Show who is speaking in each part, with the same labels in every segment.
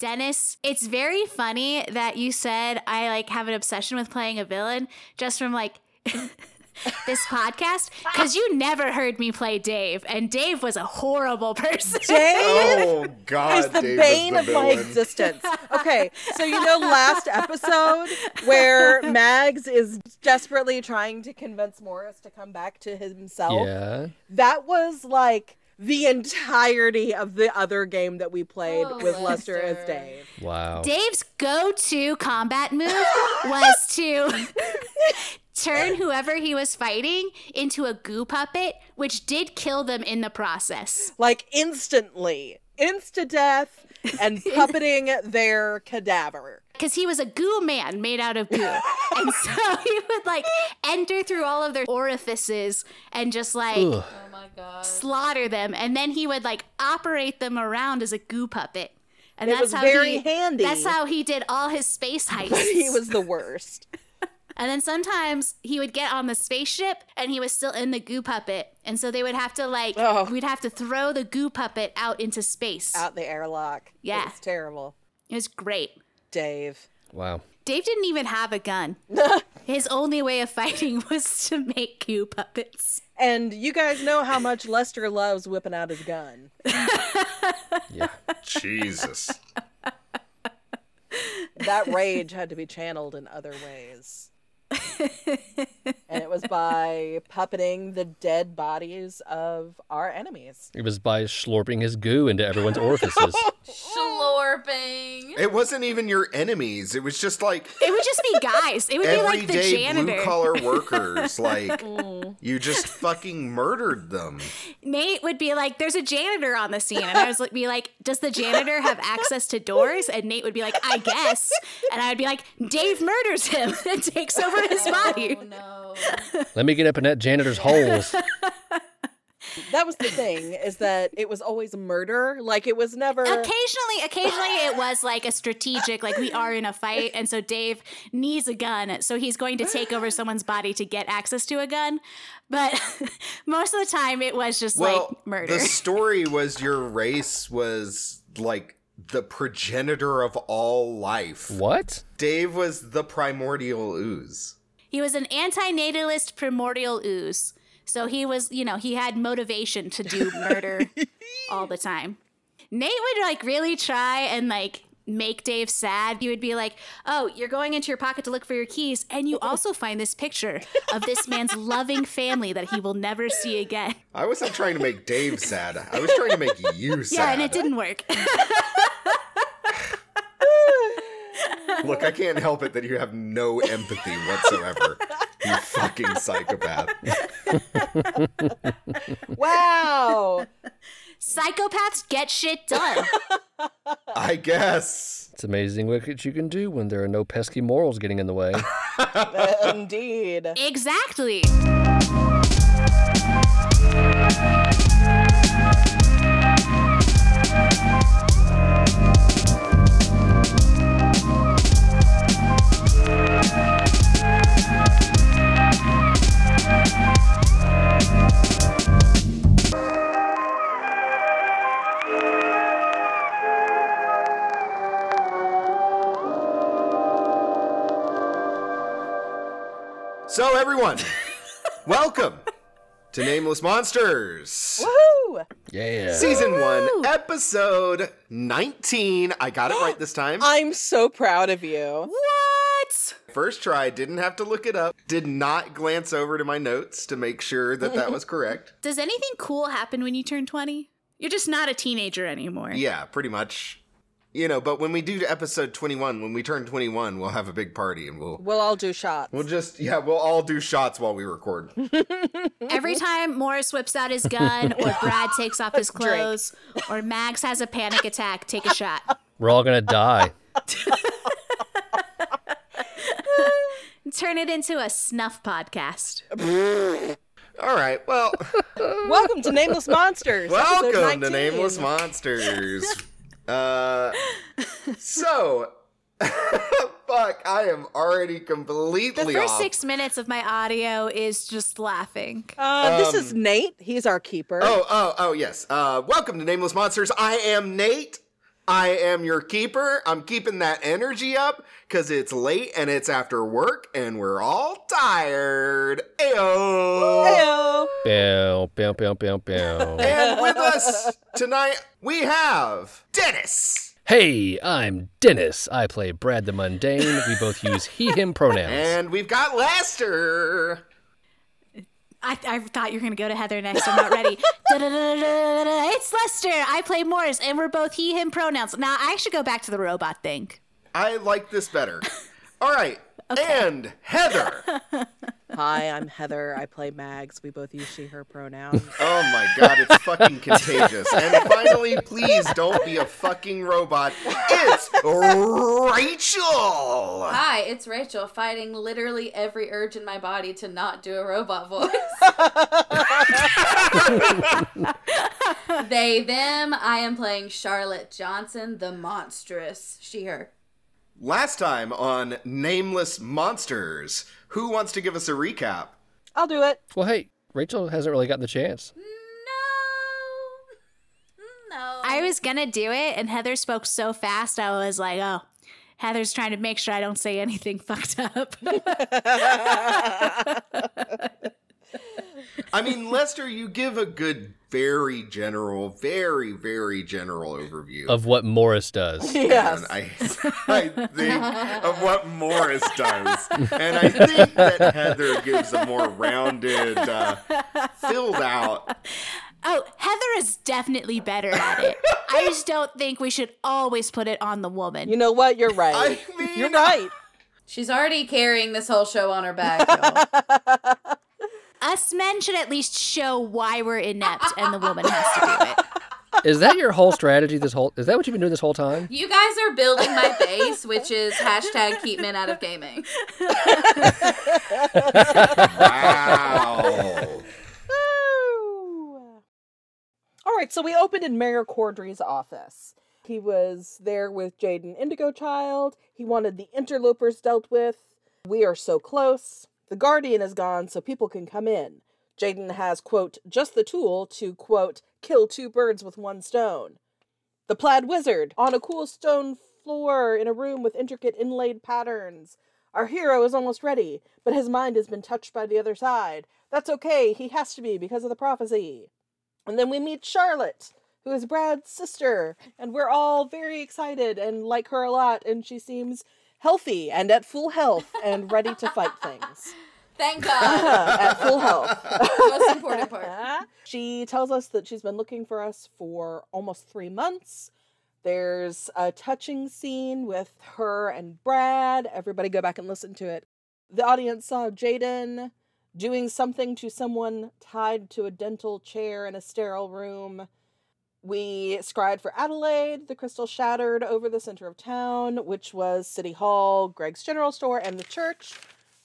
Speaker 1: Dennis, it's very funny that you said I like have an obsession with playing a villain just from like this podcast because you never heard me play Dave, and Dave was a horrible person.
Speaker 2: Dave
Speaker 3: Oh God,
Speaker 2: is the
Speaker 3: Dave
Speaker 2: bane
Speaker 3: is
Speaker 2: of
Speaker 3: the
Speaker 2: my
Speaker 3: villain.
Speaker 2: existence. Okay, so you know last episode where Mags is desperately trying to convince Morris to come back to himself.
Speaker 4: Yeah.
Speaker 2: That was like the entirety of the other game that we played
Speaker 5: Oh,
Speaker 2: with Lester as
Speaker 5: Lester.
Speaker 2: Dave.
Speaker 4: Wow.
Speaker 1: Dave's go to combat move was to turn whoever he was fighting into a goo puppet, which did kill them in the process.
Speaker 2: Like instantly, insta death and puppeting their cadaver.
Speaker 1: Because he was a goo man made out of goo. and so he would like enter through all of their orifices and just like
Speaker 4: Ugh.
Speaker 5: Oh my god.
Speaker 1: slaughter them. And then he would like operate them around as a goo puppet. And
Speaker 2: It
Speaker 1: that's
Speaker 2: was
Speaker 1: how
Speaker 2: very
Speaker 1: he,
Speaker 2: handy.
Speaker 1: That's how he did all his space heists.
Speaker 2: he was the worst.
Speaker 1: And then sometimes he would get on the spaceship and he was still in the goo puppet. And so they would have to like
Speaker 2: Oh.
Speaker 1: we'd have to throw the goo puppet out into space.
Speaker 2: Out the airlock.
Speaker 1: Yeah.
Speaker 2: It was terrible.
Speaker 1: It was great.
Speaker 2: Dave.
Speaker 4: Wow.
Speaker 1: Dave didn't even have a gun. His only way of fighting was to make goo puppets.
Speaker 2: And you guys know how much Lester loves whipping out his gun.
Speaker 4: Yeah.
Speaker 3: Jesus.
Speaker 2: That rage had to be channeled in other ways. and it was by puppeting the dead bodies of our enemies.
Speaker 4: It was by slurping his goo into everyone's orifices.
Speaker 5: Slurping.
Speaker 3: It wasn't even your enemies. It was just like
Speaker 1: It would just be guys. It would be like the
Speaker 3: everyday blue
Speaker 1: janitor. Mm.
Speaker 3: collar workers. Like you just fucking murdered them.
Speaker 1: Nate would be like, There's a janitor on the scene. And I was like be like, Does the janitor have access to doors? And Nate would be like, I guess. And I would be like, Dave murders him and takes over his body.
Speaker 5: Oh no.
Speaker 4: Let me get up in that janitor's holes.
Speaker 2: That was the thing, is that it was always murder. Like it was never
Speaker 1: occasionally occasionally it was like a strategic like we are in a fight and so dave needs a gun so he's going to take over someone's body to get access to a gun but most of the time it was just
Speaker 3: Well,
Speaker 1: like murder
Speaker 3: the story was your race was like the progenitor of all life.
Speaker 4: what?
Speaker 3: Dave was the primordial ooze.
Speaker 1: he was an anti-natalist primordial ooze so he was you know he had motivation to do murder all the time nate would like really try and like make dave sad he would be like oh you're going into your pocket to look for your keys and you also find this picture of this man's loving family that he will never see again
Speaker 3: I wasn't trying to make Dave sad. I was trying to make you sad.
Speaker 1: yeah and it didn't work
Speaker 3: Look, I can't help it that you have no empathy whatsoever. You fucking psychopath.
Speaker 2: Wow.
Speaker 1: psychopaths get shit done
Speaker 3: I guess.
Speaker 4: It's amazing what you can do when there are no pesky morals getting in the way.
Speaker 2: uh, Indeed.
Speaker 1: exactly
Speaker 3: So, everyone, welcome to Nameless Monsters.
Speaker 2: Woo!
Speaker 4: Yeah.
Speaker 3: Season 1, episode 19. I got it right this time.
Speaker 2: I'm so proud of you.
Speaker 1: what
Speaker 3: First try, didn't have to look it up. Did not glance over to my notes to make sure that that was correct.
Speaker 1: does anything cool happen when you turn 20 you're just not a teenager anymore
Speaker 3: Yeah, pretty much. You know, but when we do episode 21, when we turn 21, we'll have a big party and we'll
Speaker 2: We'll all do shots.
Speaker 3: we'll just yeah, we'll all do shots while we record.
Speaker 1: Every time Morris whips out his gun, or Brad takes off his clothes, or Max has a panic attack, take a shot.
Speaker 4: We're all gonna die.
Speaker 1: Turn it into a snuff podcast.
Speaker 3: All right. Well,
Speaker 2: Welcome to Nameless Monsters. episode
Speaker 3: welcome to
Speaker 2: 19.
Speaker 3: Nameless Monsters. uh so fuck, I am already
Speaker 1: The
Speaker 3: completely
Speaker 1: first
Speaker 3: off.
Speaker 1: six minutes of my audio is just laughing.
Speaker 2: Uh,
Speaker 3: Um,
Speaker 2: this is Nate. He's our keeper.
Speaker 3: Oh, oh, oh, yes. Uh, welcome to Nameless Monsters. I am Nate. I am your keeper. I'm keeping that energy up because it's late and it's after work and we're all tired.
Speaker 2: Heyo.
Speaker 3: Ayo!
Speaker 4: Bow, bow, bow, bow, bow.
Speaker 3: And with us tonight, we have Dennis.
Speaker 4: hey, I'm Dennis. I play Brad the Mundane. We both use he, him pronouns.
Speaker 3: And we've got Lester.
Speaker 1: I, I thought you were gonna go to Heather next. I'm not ready. Da-da-da-da-da-da-da. It's Lester. I play Morris, and we're both he/him pronouns. Now I should go back to the robot thing.
Speaker 3: I like this better. All right. And Heather.
Speaker 2: Hi, I'm Heather. I play Mags. We both use she, her pronouns.
Speaker 3: Oh my god, it's fucking contagious. And finally, please don't be a fucking robot. It's Rachel.
Speaker 5: Hi, it's Rachel fighting literally every urge in my body to not do a robot voice. they, them, I am playing Charlotte Johnson, the monstrous. She, her.
Speaker 3: Last time on Nameless Monsters, who wants to give us a recap?
Speaker 2: I'll do it.
Speaker 4: well, hey, Rachel hasn't really gotten the chance.
Speaker 5: No. No.
Speaker 1: I was gonna do it, and Heather spoke so fast, I was like, oh, Heather's trying to make sure I don't say anything fucked up.
Speaker 3: I mean, Lester, you give a good, very general, very, very general overview.
Speaker 4: Of what Morris does.
Speaker 2: Yes.
Speaker 3: And I, I think of what Morris does. And I think that Heather gives a more rounded, uh, filled out.
Speaker 1: oh, Heather is definitely better at it. I just don't think we should always put it on the woman.
Speaker 2: You know what? You're right.
Speaker 3: I mean,
Speaker 2: You're right.
Speaker 5: She's already carrying this whole show on her back, y'all.
Speaker 1: Us men should at least show why we're inept, and the woman has to do it.
Speaker 4: Is that your whole strategy this whole is that what you've been doing this whole time?
Speaker 5: you guys are building my base, which is hashtag keep men out of gaming.
Speaker 3: Wow.
Speaker 2: Woo. All right, so we opened in Mayor Cordry's office. He was there with Jaden Indigo Child. He wanted the interlopers dealt with. We are so close. The Guardian is gone, so people can come in. Jaden has, quote, just the tool to, quote, kill two birds with one stone. The plaid wizard on a cool stone floor in a room with intricate inlaid patterns. Our hero is almost ready, but his mind has been touched by the other side. That's okay, he has to be because of the prophecy. And then we meet Charlotte, who is Brad's sister, and we're all very excited and like her a lot, and she seems healthy and at full health and ready to fight things.
Speaker 5: Thank God.
Speaker 2: at full health.
Speaker 5: Most important part.
Speaker 2: She tells us that she's been looking for us for almost three months. There's a touching scene with her and Brad. Everybody go back and listen to it. The audience saw Jaden doing something to someone tied to a dental chair in a sterile room. We scried for Adelaide. The crystal shattered over the center of town, which was City Hall, Greg's General Store, and the church.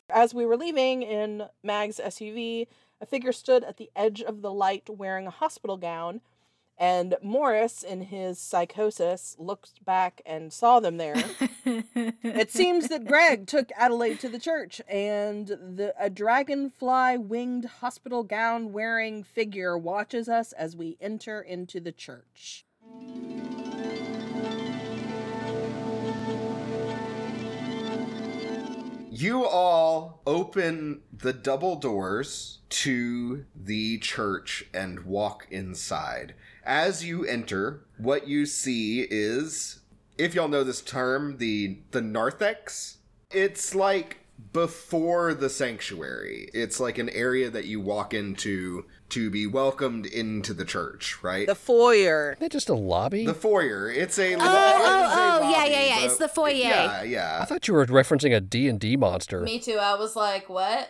Speaker 2: As we were leaving in Mag's SUV, a figure stood at the edge of the light wearing a hospital gown, and Morris, in his psychosis, looked back and saw them there. it seems that Greg took Adelaide to the church, and the, a dragonfly winged hospital gown wearing figure watches us as we enter into the church.
Speaker 3: You all open the double doors to the church and walk inside. As you enter, what you see is if y'all know this term, the the narthex. It's like before the sanctuary. It's like an area that you walk into to be welcomed into the church, right?
Speaker 2: The foyer.
Speaker 4: Isn't that just a lobby?
Speaker 3: The foyer. It's a
Speaker 1: Oh, oh, oh, yeah, yeah, yeah. It's the foyer.
Speaker 3: Yeah, yeah.
Speaker 4: I thought you were referencing a D&D monster.
Speaker 5: Me too. I was like, what?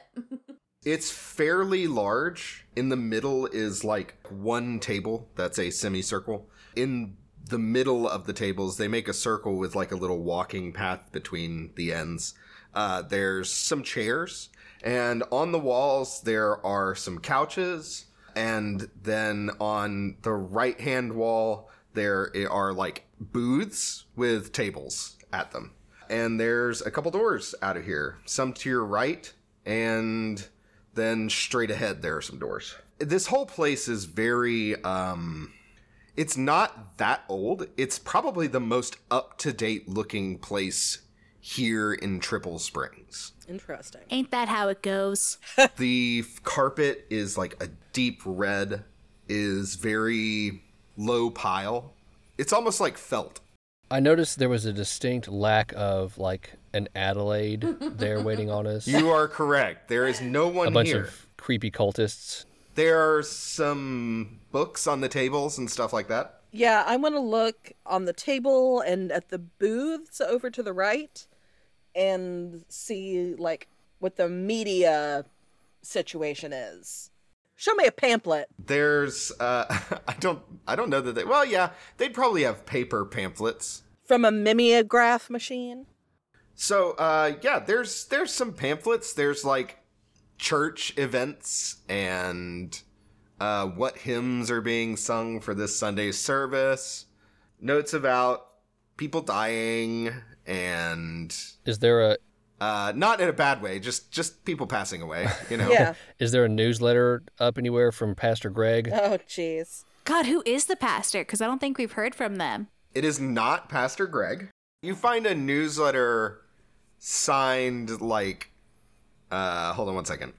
Speaker 3: It's fairly large. In the middle is like one table that's a semicircle. In the middle of the tables, they make a circle with like a little walking path between the ends. Uh, there's some chairs, and on the walls, there are some couches. And then on the right hand wall, there are like booths with tables at them. And there's a couple doors out of here, some to your right, and then straight ahead, there are some doors. This whole place is very, um, it's not that old. It's probably the most up to date looking place here in Triple Springs.
Speaker 2: Interesting.
Speaker 1: Ain't that how it goes?
Speaker 3: the f- carpet is like a deep red, is very low pile. It's almost like felt.
Speaker 4: I noticed there was a distinct lack of like an Adelaide there waiting on us.
Speaker 3: You are correct. There is no one
Speaker 4: a bunch
Speaker 3: here.
Speaker 4: of creepy cultists.
Speaker 3: There are some books on the tables and stuff like that.
Speaker 2: Yeah, I want to look on the table and at the booths over to the right and see like what the media situation is. Show me a pamphlet.
Speaker 3: There's uh I don't I don't know that they well yeah, they'd probably have paper pamphlets.
Speaker 2: from a mimeograph machine.
Speaker 3: So uh yeah, there's there's some pamphlets, there's like church events and uh what hymns are being sung for this Sunday service. Notes about people dying and
Speaker 4: Is there a
Speaker 3: uh not in a bad way, just just people passing away, you know.
Speaker 2: Yeah.
Speaker 4: is there a newsletter up anywhere from Pastor Greg?
Speaker 2: Oh, jeez.
Speaker 1: God, who is the pastor? Because I don't think we've heard from them.
Speaker 3: It is not Pastor Greg. You find a newsletter signed like uh hold on one second.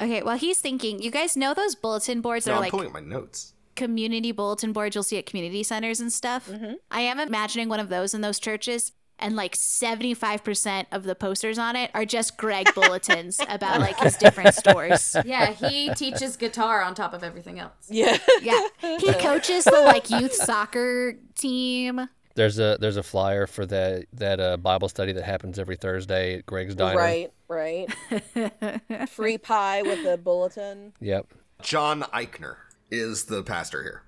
Speaker 1: Okay, well, he's thinking, you guys know those bulletin boards that
Speaker 3: no,
Speaker 1: are
Speaker 3: I'm
Speaker 1: like
Speaker 3: pulling up my notes.
Speaker 1: community bulletin boards you'll see at community centers and stuff. I am imagining one of those in those churches, and like 75% of the posters on it are just Greg bulletins about like his different stores.
Speaker 5: Yeah, he teaches guitar on top of everything else.
Speaker 2: Yeah.
Speaker 1: Yeah. He coaches the like youth soccer team.
Speaker 4: There's a there's a flyer for that that uh, Bible study that happens every Thursday at Greg's diner.
Speaker 2: Right, right. Free pie with a bulletin.
Speaker 4: Yep.
Speaker 3: John Eichner is the pastor here.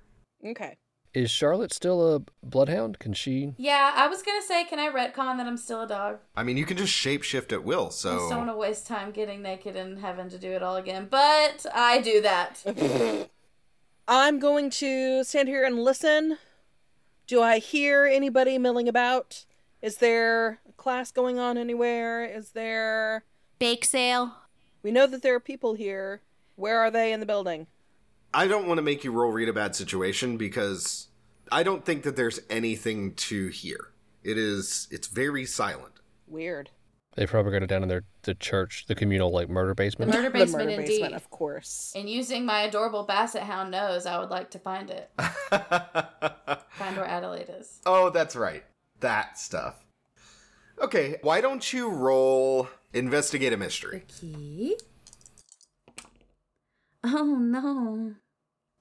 Speaker 2: Okay.
Speaker 4: Is Charlotte still a bloodhound? Can she?
Speaker 5: Yeah, I was gonna say, can I retcon that I'm still a dog?
Speaker 3: I mean, you can just shapeshift at will,
Speaker 5: I just don't want
Speaker 3: so
Speaker 5: to waste time getting naked and having to do it all again. But I do that.
Speaker 2: I'm going to stand here and listen. Do I hear anybody milling about? Is there a class going on anywhere? Is there.
Speaker 1: Bake sale.
Speaker 2: We know that there are people here. Where are they in the building?
Speaker 3: I don't want to make you roll read a bad situation because I don't think that there's anything to hear. It is it's very silent.
Speaker 2: Weird.
Speaker 4: They probably got it down in their the church, the communal like murder
Speaker 2: Mm-hmm.
Speaker 4: basement.
Speaker 5: Murder basement, indeed.
Speaker 2: of course.
Speaker 5: And using my adorable basset hound nose, I would like to find it. Find where Adelaide is.
Speaker 3: oh, that's right. That stuff. Okay, why don't you roll investigate a mystery?
Speaker 5: key? Oh no.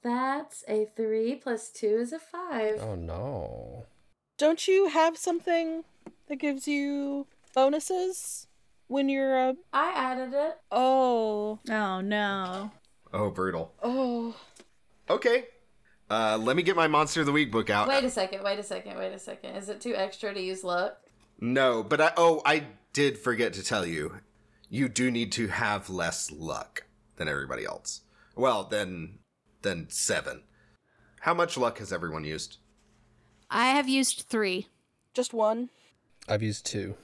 Speaker 5: That's a three plus two is a five.
Speaker 4: Oh no.
Speaker 2: Don't you have something that gives you bonuses when you're uh, a
Speaker 5: I added it.
Speaker 2: oh
Speaker 1: Oh no.
Speaker 3: Oh, brutal.
Speaker 2: oh
Speaker 3: Okay. Uh, let me get my Monster of the Week book out.
Speaker 5: Wait a second, wait a second, wait a second. Is it too extra to use luck?
Speaker 3: no, but I oh, I did forget to tell you. You do need to have less luck than everybody else. Well, then then 7. How much luck has everyone used?
Speaker 1: I have used three.
Speaker 2: just one
Speaker 4: I've used two.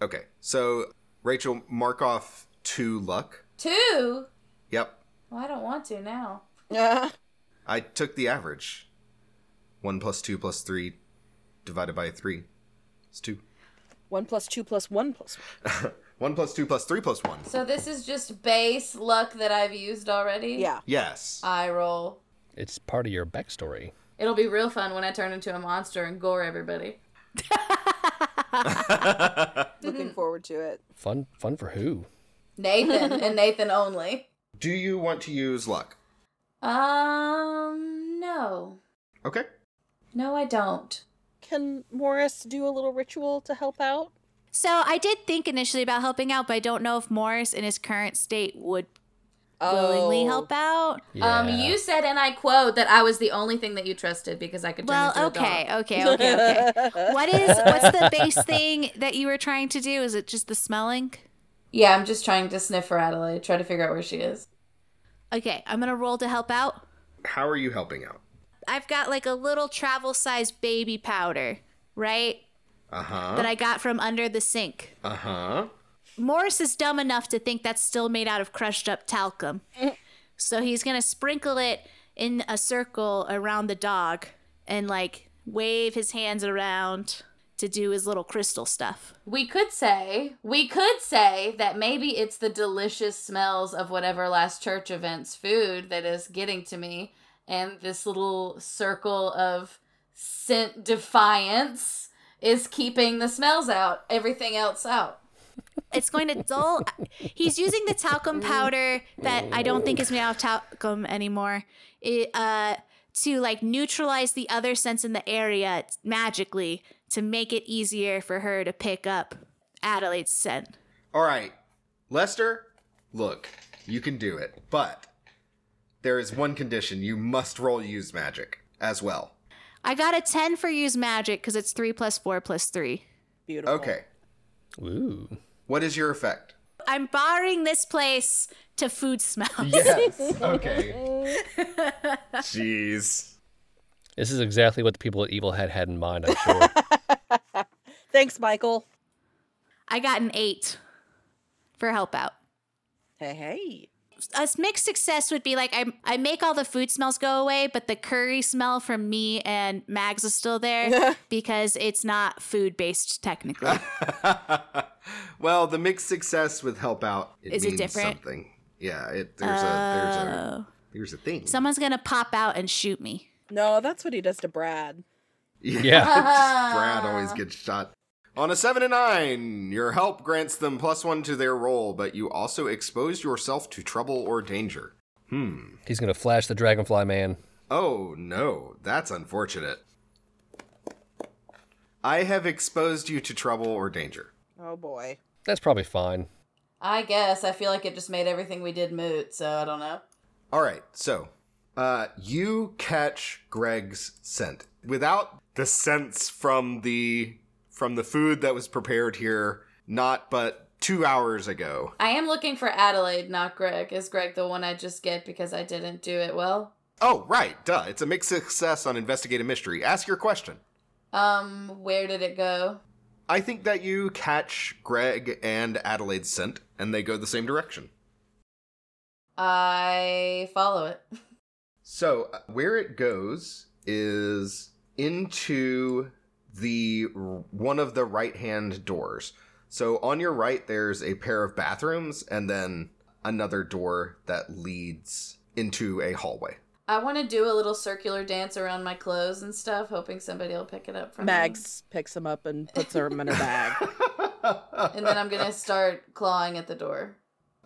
Speaker 3: Okay. So, Rachel mark off 2 luck.
Speaker 5: Two?
Speaker 3: Yep.
Speaker 5: Well, I don't want to now.
Speaker 2: yeah
Speaker 3: I took the average. 1 plus 2 plus 3 divided by 3 is 2.
Speaker 2: one plus two plus one plus
Speaker 3: 1 plus 2 plus 3 plus 1.
Speaker 5: So this is just base luck that I've used already?
Speaker 2: yeah
Speaker 3: Yes.
Speaker 5: I roll.
Speaker 4: It's part of your backstory.
Speaker 5: It'll be real fun when I turn into a monster and gore everybody.
Speaker 2: looking forward to it
Speaker 4: Fun fun for who?
Speaker 5: Nathan and Nathan only.
Speaker 3: Do you want to use luck?
Speaker 5: Um, no.
Speaker 3: Okay.
Speaker 5: No, I don't.
Speaker 2: can morris do a little ritual to help out
Speaker 1: So I did think initially about helping out, but I don't know if Morris in his current state would willingly help out.
Speaker 5: Um, you said, and I quote, that I was the only thing that you trusted because I could turn
Speaker 1: Well,
Speaker 5: into a
Speaker 1: okay,
Speaker 5: dog.
Speaker 1: okay, okay, okay. what is what's the base thing that you were trying to do? Is it just the smelling?
Speaker 5: Yeah, I'm just trying to sniff for Adelaide, try to figure out where she is.
Speaker 1: Okay, I'm gonna roll to help out.
Speaker 3: How are you helping out?
Speaker 1: I've got like a little travel sized baby powder, right?
Speaker 3: Uh huh.
Speaker 1: That I got from under the sink.
Speaker 3: Uh huh.
Speaker 1: Morris is dumb enough to think that's still made out of crushed up talcum. so he's going to sprinkle it in a circle around the dog and like wave his hands around to do his little crystal stuff.
Speaker 5: We could say, we could say that maybe it's the delicious smells of whatever last church event's food that is getting to me, and this little circle of scent defiance is keeping the smells out, everything else out.
Speaker 1: It's going to dull. He's using the talcum powder that I don't think is made out of talcum anymore it, uh, to like neutralize the other scents in the area magically to make it easier for her to pick up Adelaide's scent.
Speaker 3: All right, Lester, look, you can do it, but there is one condition: you must roll use magic as well.
Speaker 1: I got a 10 for use magic because it's 3 plus 4 plus 3.
Speaker 2: Beautiful.
Speaker 3: Okay,
Speaker 4: Ooh.
Speaker 3: what is your effect?
Speaker 1: I'm borrowing this place to food smells.
Speaker 3: Yes. okay. Jeez.
Speaker 4: This is exactly what the people at Evil Head had in mind, I'm sure.
Speaker 2: Thanks, Michael.
Speaker 1: I got an 8 for help out.
Speaker 2: Hey, hey.
Speaker 1: a mixed success would be like I I make all the food smells go away, but the curry smell from me and Mags is still there because it's not food based technically.
Speaker 3: well, the mixed success with help out it
Speaker 1: Is it
Speaker 3: means
Speaker 1: different? Oh.
Speaker 3: something. Yeah, it, there's a there's a there's a thing.
Speaker 1: Someone's gonna pop out and shoot me.
Speaker 2: No, that's what he does to Brad.
Speaker 3: yeah,
Speaker 4: Yeah.
Speaker 3: just Brad always gets shot. On a seven and nine, your help grants them plus one to their roll, but you also expose yourself to trouble or danger. Hmm.
Speaker 4: He's going to flash the Dragonfly Man.
Speaker 3: Oh no, that's unfortunate. I have exposed you to trouble or danger.
Speaker 2: Oh boy.
Speaker 4: That's probably fine.
Speaker 5: I guess. I feel like it just made everything we did moot, so I don't know.
Speaker 3: All right, so uh, you catch Greg's scent without the scents from the from the food that was prepared here, not but two hours ago.
Speaker 5: I am looking for Adelaide, not Greg. Is Greg the one I just get because I didn't do it well?
Speaker 3: Oh, right, duh! It's a mixed success on investigative mystery. Ask your question.
Speaker 5: Um, where did it go?
Speaker 3: I think that you catch Greg and Adelaide's scent, and they go the same direction.
Speaker 5: I follow it.
Speaker 3: So, uh, where it goes is into the one of the right-hand doors. So, on your right there's a pair of bathrooms and then another door that leads into a hallway.
Speaker 5: I want to do a little circular dance around my clothes and stuff, hoping somebody will pick it up from me.
Speaker 2: Mags picks him up and puts him in her bag.
Speaker 5: And then I'm gonna start clawing at the door.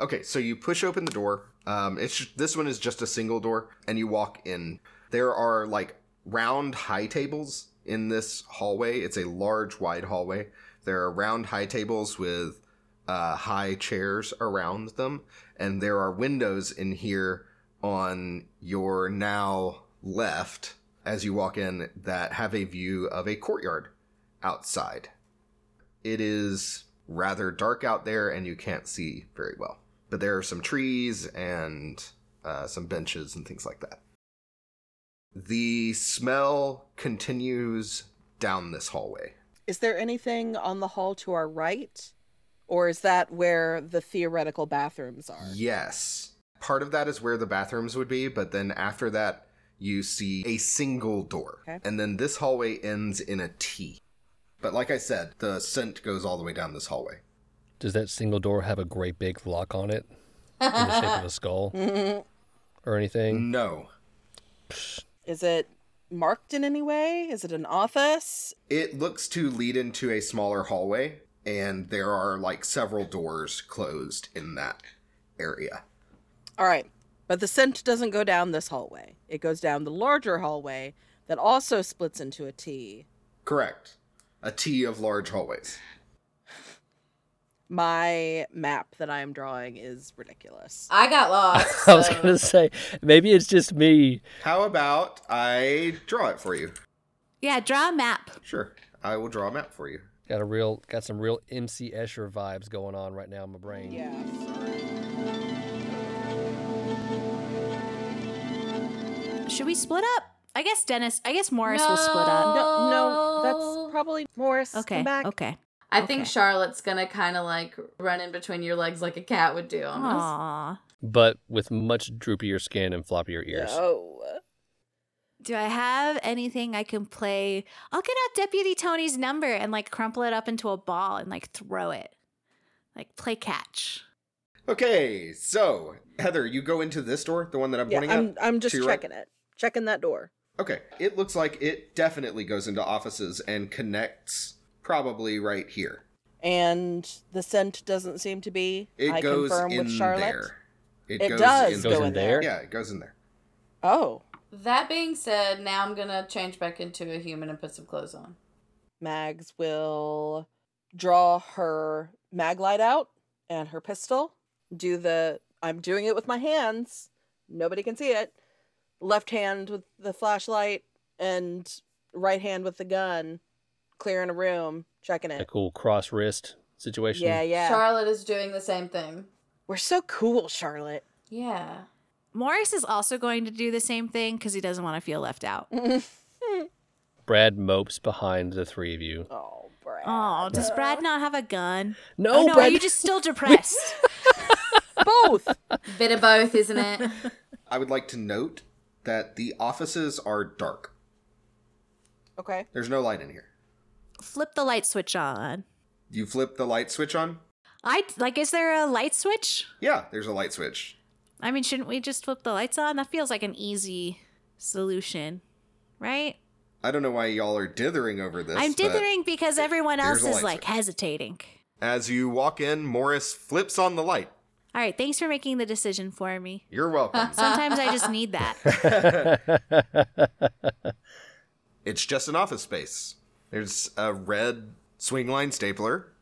Speaker 3: Okay, so you push open the door. Um, it's ju- this one is just a single door, and you walk in. There are like round high tables in this hallway. It's a large, wide hallway. There are round high tables with uh, high chairs around them, and there are windows in here on your now left as you walk in that have a view of a courtyard outside. It is rather dark out there and you can't see very well. But there are some trees and uh, some benches and things like that. The smell continues down this hallway.
Speaker 2: is there anything on the hall to our right? Or is that where the theoretical bathrooms are?
Speaker 3: Yes. Part of that is where the bathrooms would be, but then after that, you see a single door.
Speaker 2: Okay.
Speaker 3: And then this hallway ends in a T. But like I said, the scent goes all the way down this hallway.
Speaker 4: Does that single door have a great big lock on it in the shape of a skull
Speaker 5: Mm-hmm.
Speaker 4: or
Speaker 5: Mm.
Speaker 4: anything?
Speaker 3: No,
Speaker 2: Is it marked in any way? Is it an office?
Speaker 3: It looks to lead into a smaller hallway, and there are like several doors closed in that area.
Speaker 2: All right. But the scent doesn't go down this hallway. It goes down the larger hallway that also splits into a T.
Speaker 3: Correct. A T of large hallways.
Speaker 2: My map that I am drawing is ridiculous.
Speaker 5: I got lost.
Speaker 4: I was
Speaker 5: so-
Speaker 4: going to say, maybe it's just me.
Speaker 3: How about I draw it for you?
Speaker 1: Yeah, draw a map.
Speaker 3: Sure. I will draw a map for you.
Speaker 4: Got a real, got some real MC Escher vibes going on right now in my brain.
Speaker 2: Yeah.
Speaker 1: Should we split up? I guess Dennis. I guess Morris will split up.
Speaker 2: No, no,
Speaker 5: Oh.
Speaker 2: that's probably Morris.
Speaker 1: Okay.
Speaker 2: Come back.
Speaker 1: Okay.
Speaker 5: I think
Speaker 1: Okay.
Speaker 5: Charlotte's gonna kind of like run in between your legs like a cat would do almost.
Speaker 1: Aw.
Speaker 4: but with much droopier skin and floppier ears.
Speaker 5: oh,
Speaker 2: No.
Speaker 1: Do I have anything I can play? I'll get out Deputy Tony's number and like crumple it up into a ball and like throw it. Like play catch.
Speaker 3: Okay, so Heather, you go into this door, the one that I'm
Speaker 2: Yeah,
Speaker 3: pointing
Speaker 2: I'm,
Speaker 3: at.
Speaker 2: I'm just
Speaker 3: to your right?
Speaker 2: checking it. Checking that door.
Speaker 3: Okay, it looks like it definitely goes into offices and connects probably right here.
Speaker 2: And the scent doesn't seem to be.
Speaker 3: It
Speaker 2: I
Speaker 3: goes
Speaker 2: confirm
Speaker 3: in
Speaker 2: with Charlotte.
Speaker 3: there.
Speaker 2: It does
Speaker 4: Goes
Speaker 2: go
Speaker 4: in
Speaker 2: in there.
Speaker 4: there?
Speaker 3: Yeah, it goes in there.
Speaker 2: Oh,
Speaker 5: That being said, now I'm gonna change back into a human and put some clothes on.
Speaker 2: Mags will draw her mag light out and her pistol. Do the I'm doing it with my hands. Nobody can see it. Left hand with the flashlight and right hand with the gun. Clearing a room, checking
Speaker 4: A
Speaker 2: it.
Speaker 4: cool cross wrist situation.
Speaker 2: Yeah, yeah.
Speaker 5: Charlotte is doing the same thing.
Speaker 2: We're so cool, Charlotte.
Speaker 5: Yeah.
Speaker 1: Morris is also going to do the same thing because he doesn't want to feel left out.
Speaker 4: Brad mopes behind the three of you.
Speaker 2: Oh, Brad.
Speaker 1: Oh, does Brad not have a gun?
Speaker 4: No,
Speaker 1: Oh, no, are
Speaker 4: Brad.
Speaker 1: you just still depressed?
Speaker 2: Both.
Speaker 5: Bit of both, isn't it?
Speaker 3: I would like to note that the offices are dark.
Speaker 2: Okay.
Speaker 3: There's no light in here.
Speaker 1: Flip the light switch on.
Speaker 3: You flip the light switch on?
Speaker 1: I like. Is there a light switch?
Speaker 3: Yeah, there's a light switch.
Speaker 1: I mean, shouldn't we just flip the lights on? That feels like an easy solution, right?
Speaker 3: I don't know why y'all are dithering over this.
Speaker 1: I'm
Speaker 3: but
Speaker 1: dithering because everyone
Speaker 3: there's
Speaker 1: else
Speaker 3: a
Speaker 1: is
Speaker 3: light
Speaker 1: like
Speaker 3: switch.
Speaker 1: hesitating.
Speaker 3: As you walk in, Morris flips on the light.
Speaker 1: All right, thanks for making the decision for me.
Speaker 3: You're welcome.
Speaker 1: Sometimes I just need that.
Speaker 3: it's just an office space. There's a red swing line stapler.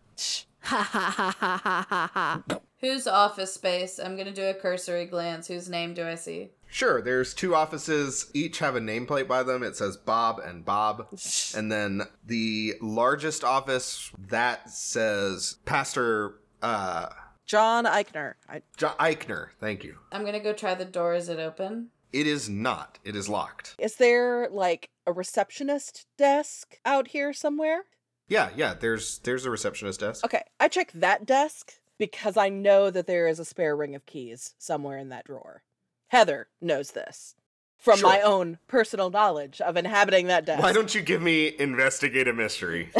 Speaker 1: Ha ha ha ha ha ha ha.
Speaker 5: Whose office space? I'm gonna do a cursory glance. Whose name do I see?
Speaker 3: Sure, there's two offices. Each have a nameplate by them. It says Bob and Bob. And then the largest office that says Pastor uh,
Speaker 2: John Eichner. I,
Speaker 3: Jo- Eichner. Thank you.
Speaker 5: I'm gonna go try the door. Is it open?
Speaker 3: It is not. It is locked.
Speaker 2: is there like a receptionist desk out here somewhere?
Speaker 3: Yeah, yeah. There's there's a receptionist desk.
Speaker 2: Okay, I check that desk because I know that there is a spare ring of keys somewhere in that drawer. Heather knows this from my
Speaker 3: Sure.
Speaker 2: own personal knowledge of inhabiting that desk.
Speaker 3: Why don't you give me investigate a mystery?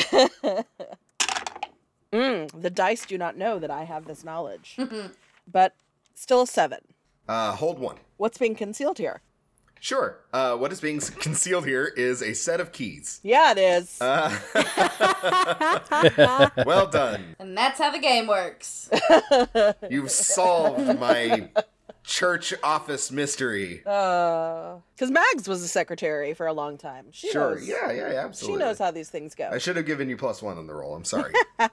Speaker 2: Mm, the dice do not know that I have this knowledge, but still a seven.
Speaker 3: uh, hold one.
Speaker 2: What's being concealed here?
Speaker 3: Sure. Uh, what is being s- concealed here is a set of keys.
Speaker 2: Yeah, it is.
Speaker 3: Uh, well done.
Speaker 5: And that's how the game works.
Speaker 3: You've solved my church office mystery.
Speaker 2: Because Uh, Mags was a secretary for a long time. She
Speaker 3: sure.
Speaker 2: knows.
Speaker 3: Yeah, yeah, yeah,
Speaker 2: She
Speaker 3: absolutely.
Speaker 2: knows how these things go.
Speaker 3: I should have given you plus one on the roll. I'm sorry.
Speaker 2: It's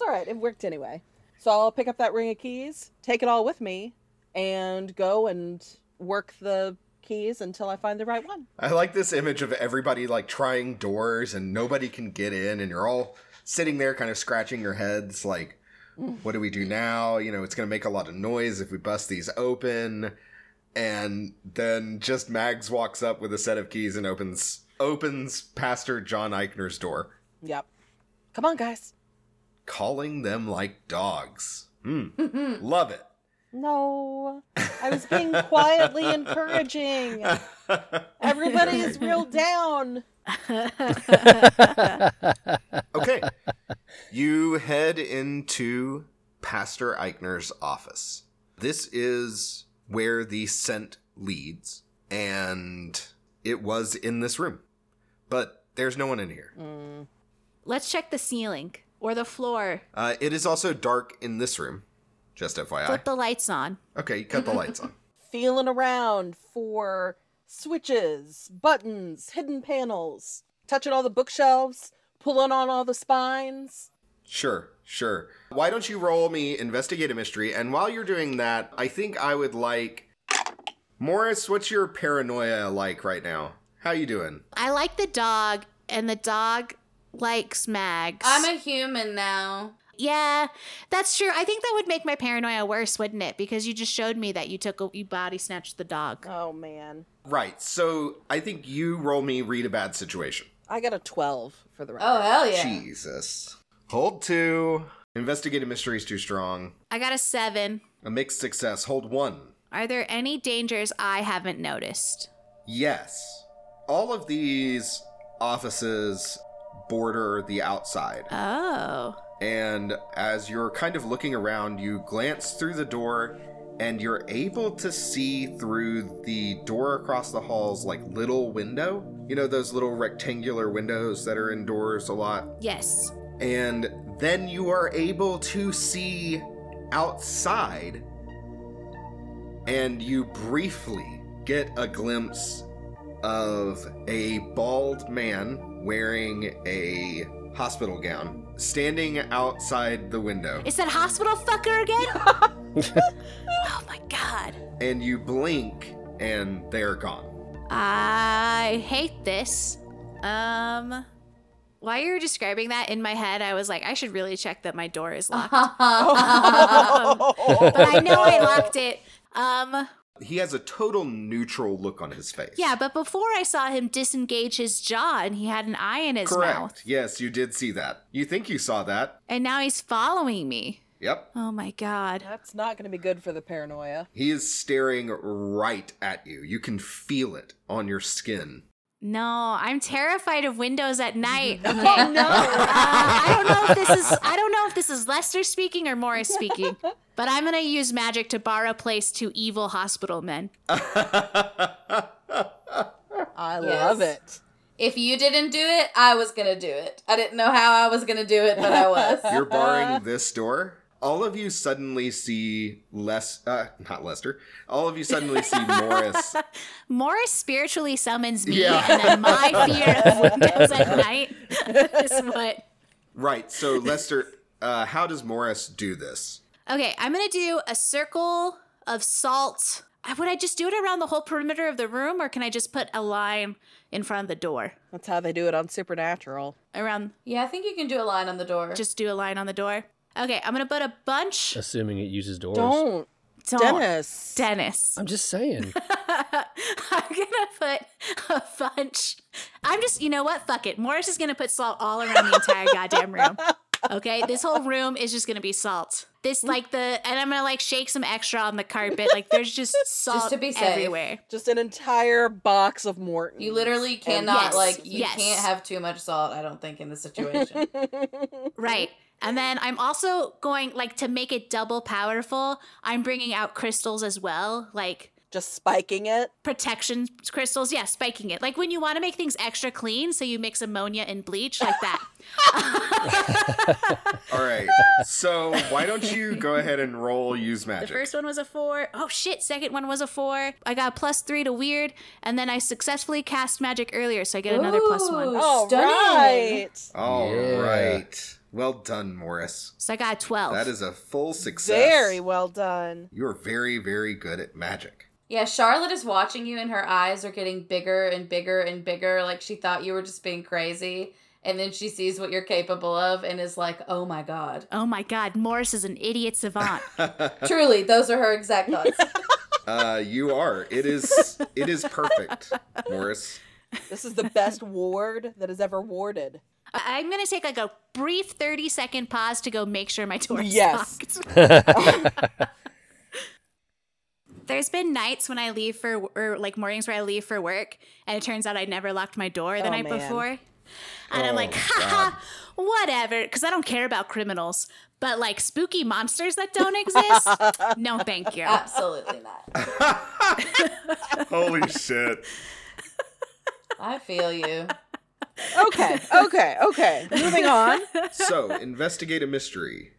Speaker 2: all right. It worked anyway. So I'll pick up that ring of keys, take it all with me, and go and work the keys until I find the right one.
Speaker 3: I like this image of everybody like trying doors and nobody can get in, and you're all sitting there kind of scratching your heads, like, what do we do now? You know, it's going to make a lot of noise if we bust these open. And then just Mags walks up with a set of keys and opens opens Pastor John Eichner's door,
Speaker 2: Yep. Come on, guys.
Speaker 3: calling them like dogs. Hmm. Love it.
Speaker 2: No. I was being quietly encouraging. Everybody is real down.
Speaker 3: Okay. you head into Pastor Eichner's office. This is where the scent leads, and it was in this room. But there's no one in here.
Speaker 1: Let's check the ceiling or the floor.
Speaker 3: Uh, it is also dark in this room, just FYI.
Speaker 1: Flip the lights on.
Speaker 3: Okay, you cut the lights on.
Speaker 2: Feeling around for switches, buttons, hidden panels, touching all the bookshelves, pulling on all the spines.
Speaker 3: Sure, sure. Why don't you roll me investigate a mystery? And while you're doing that, I think I would like Morris. What's your paranoia like right now? How you doing?
Speaker 1: I like the dog, and the dog likes Mags.
Speaker 5: I'm a human now.
Speaker 1: yeah, that's true. I think that would make my paranoia worse, wouldn't it? Because you just showed me that you took a, you body snatched the dog.
Speaker 2: Oh, man.
Speaker 3: Right. So I think you roll me read a bad situation.
Speaker 2: I got a 12 for the record.
Speaker 5: Oh hell yeah!
Speaker 3: Jesus. Hold two. Investigative mystery is too strong.
Speaker 1: I got a seven.
Speaker 3: A mixed success. Hold one.
Speaker 1: Are there any dangers I haven't noticed?
Speaker 3: Yes. All of these offices border the outside.
Speaker 1: Oh.
Speaker 3: And as you're kind of looking around, you glance through the door and you're able to see through the door across the hall's like little window. You know, those little rectangular windows that are indoors a lot.
Speaker 1: Yes.
Speaker 3: And then you are able to see outside and you briefly get a glimpse of a bald man wearing a hospital gown standing outside the window.
Speaker 1: It's that hospital fucker again? oh my god.
Speaker 3: And you blink and they're gone.
Speaker 1: I hate this. Um while you were describing that in my head, I was like, I should really check that my door is locked.
Speaker 5: Uh-huh.
Speaker 1: but I know I locked it. Um
Speaker 3: He has a total neutral look on his face.
Speaker 1: yeah, but before I saw him disengage his jaw and he had an eye in his
Speaker 3: Correct.
Speaker 1: mouth.
Speaker 3: Yes, you did see that. You think you saw that.
Speaker 1: And now he's following me.
Speaker 3: Yep.
Speaker 1: Oh my god.
Speaker 2: That's not going to be good for the paranoia.
Speaker 3: He is staring right at you. You can feel it on your skin.
Speaker 1: No, I'm terrified of windows at night. Okay.
Speaker 2: no.
Speaker 1: Uh, I don't know if this is I don't know if this is Lester speaking or Morris speaking, but I'm gonna use magic to bar a place to evil hospital men.
Speaker 2: I
Speaker 5: Yes.
Speaker 2: love it.
Speaker 5: If you didn't do it, I was gonna do it. I didn't know how I was gonna do it, but I was.
Speaker 3: You're barring this door. All of you suddenly see Les, uh, not Lester. All of you suddenly see Morris.
Speaker 1: Morris spiritually summons me,
Speaker 3: Yeah.
Speaker 1: and then my fear of windows at night is what.
Speaker 3: Right. So Lester, uh, how does Morris do this?
Speaker 1: Okay, I'm gonna do a circle of salt. Uh, Would I just do it around the whole perimeter of the room, or can I just put a line in front of the door?
Speaker 2: That's how they do it on Supernatural.
Speaker 1: Around,
Speaker 5: Yeah, I think you can do a line on the door.
Speaker 1: just do a line on the door. Okay, I'm gonna put a bunch.
Speaker 4: assuming it uses doors.
Speaker 2: Don't,
Speaker 1: Don't.
Speaker 2: Dennis.
Speaker 1: Dennis.
Speaker 4: I'm just saying.
Speaker 1: I'm gonna put a bunch. I'm just, you know what? Fuck it. Morris is gonna put salt all around the entire goddamn room. Okay, this whole room is just gonna be salt. This like the, and I'm gonna like shake some extra on the carpet. Like there's just salt
Speaker 5: to be safe.
Speaker 1: everywhere.
Speaker 2: Just an entire box of Morton.
Speaker 5: You literally cannot
Speaker 1: Oh, Yes,
Speaker 5: like you
Speaker 1: yes.
Speaker 5: can't have too much salt, I don't think, in this situation.
Speaker 1: Right. And then I'm also going like to make it double powerful. I'm bringing out crystals as well, like
Speaker 2: just spiking it.
Speaker 1: protection crystals. Yeah, spiking it. Like when you want to make things extra clean, so you mix ammonia and bleach like that.
Speaker 3: All right. So why don't you go ahead and roll use magic?
Speaker 1: The first one was a four. Oh shit! Second one was a four. I got a plus three to weird, and then I successfully cast magic earlier, so I get another plus one.
Speaker 5: Ooh.
Speaker 2: All right.
Speaker 5: Stunning.
Speaker 3: All
Speaker 4: Yeah.
Speaker 3: right. Well done, Morris.
Speaker 1: So I got a twelve.
Speaker 3: That is a full success.
Speaker 2: Very well done.
Speaker 3: You are very, very good at magic.
Speaker 5: yeah, Charlotte is watching you and her eyes are getting bigger and bigger and bigger, like she thought you were just being crazy. And then she sees what you're capable of and is like, oh my god.
Speaker 1: oh my god, Morris is an idiot savant.
Speaker 5: Truly, those are her exact thoughts.
Speaker 3: Uh, you are. It is. It is perfect, Morris.
Speaker 2: This is the best ward that is ever warded.
Speaker 1: I- I'm gonna take like a brief thirty second pause to go make sure my door is
Speaker 2: Yes.
Speaker 1: locked. There's been nights when I leave for or like mornings where I leave for work, and it turns out I never locked my door the
Speaker 2: Oh,
Speaker 1: night
Speaker 2: man.
Speaker 1: before. And I'm
Speaker 3: Oh,
Speaker 1: like, haha, whatever, because I don't care about criminals. But like spooky monsters that don't exist, no, thank you.
Speaker 5: Absolutely not.
Speaker 3: Holy shit!
Speaker 5: I feel you.
Speaker 2: Okay, okay, okay. Moving on.
Speaker 3: so investigate a mystery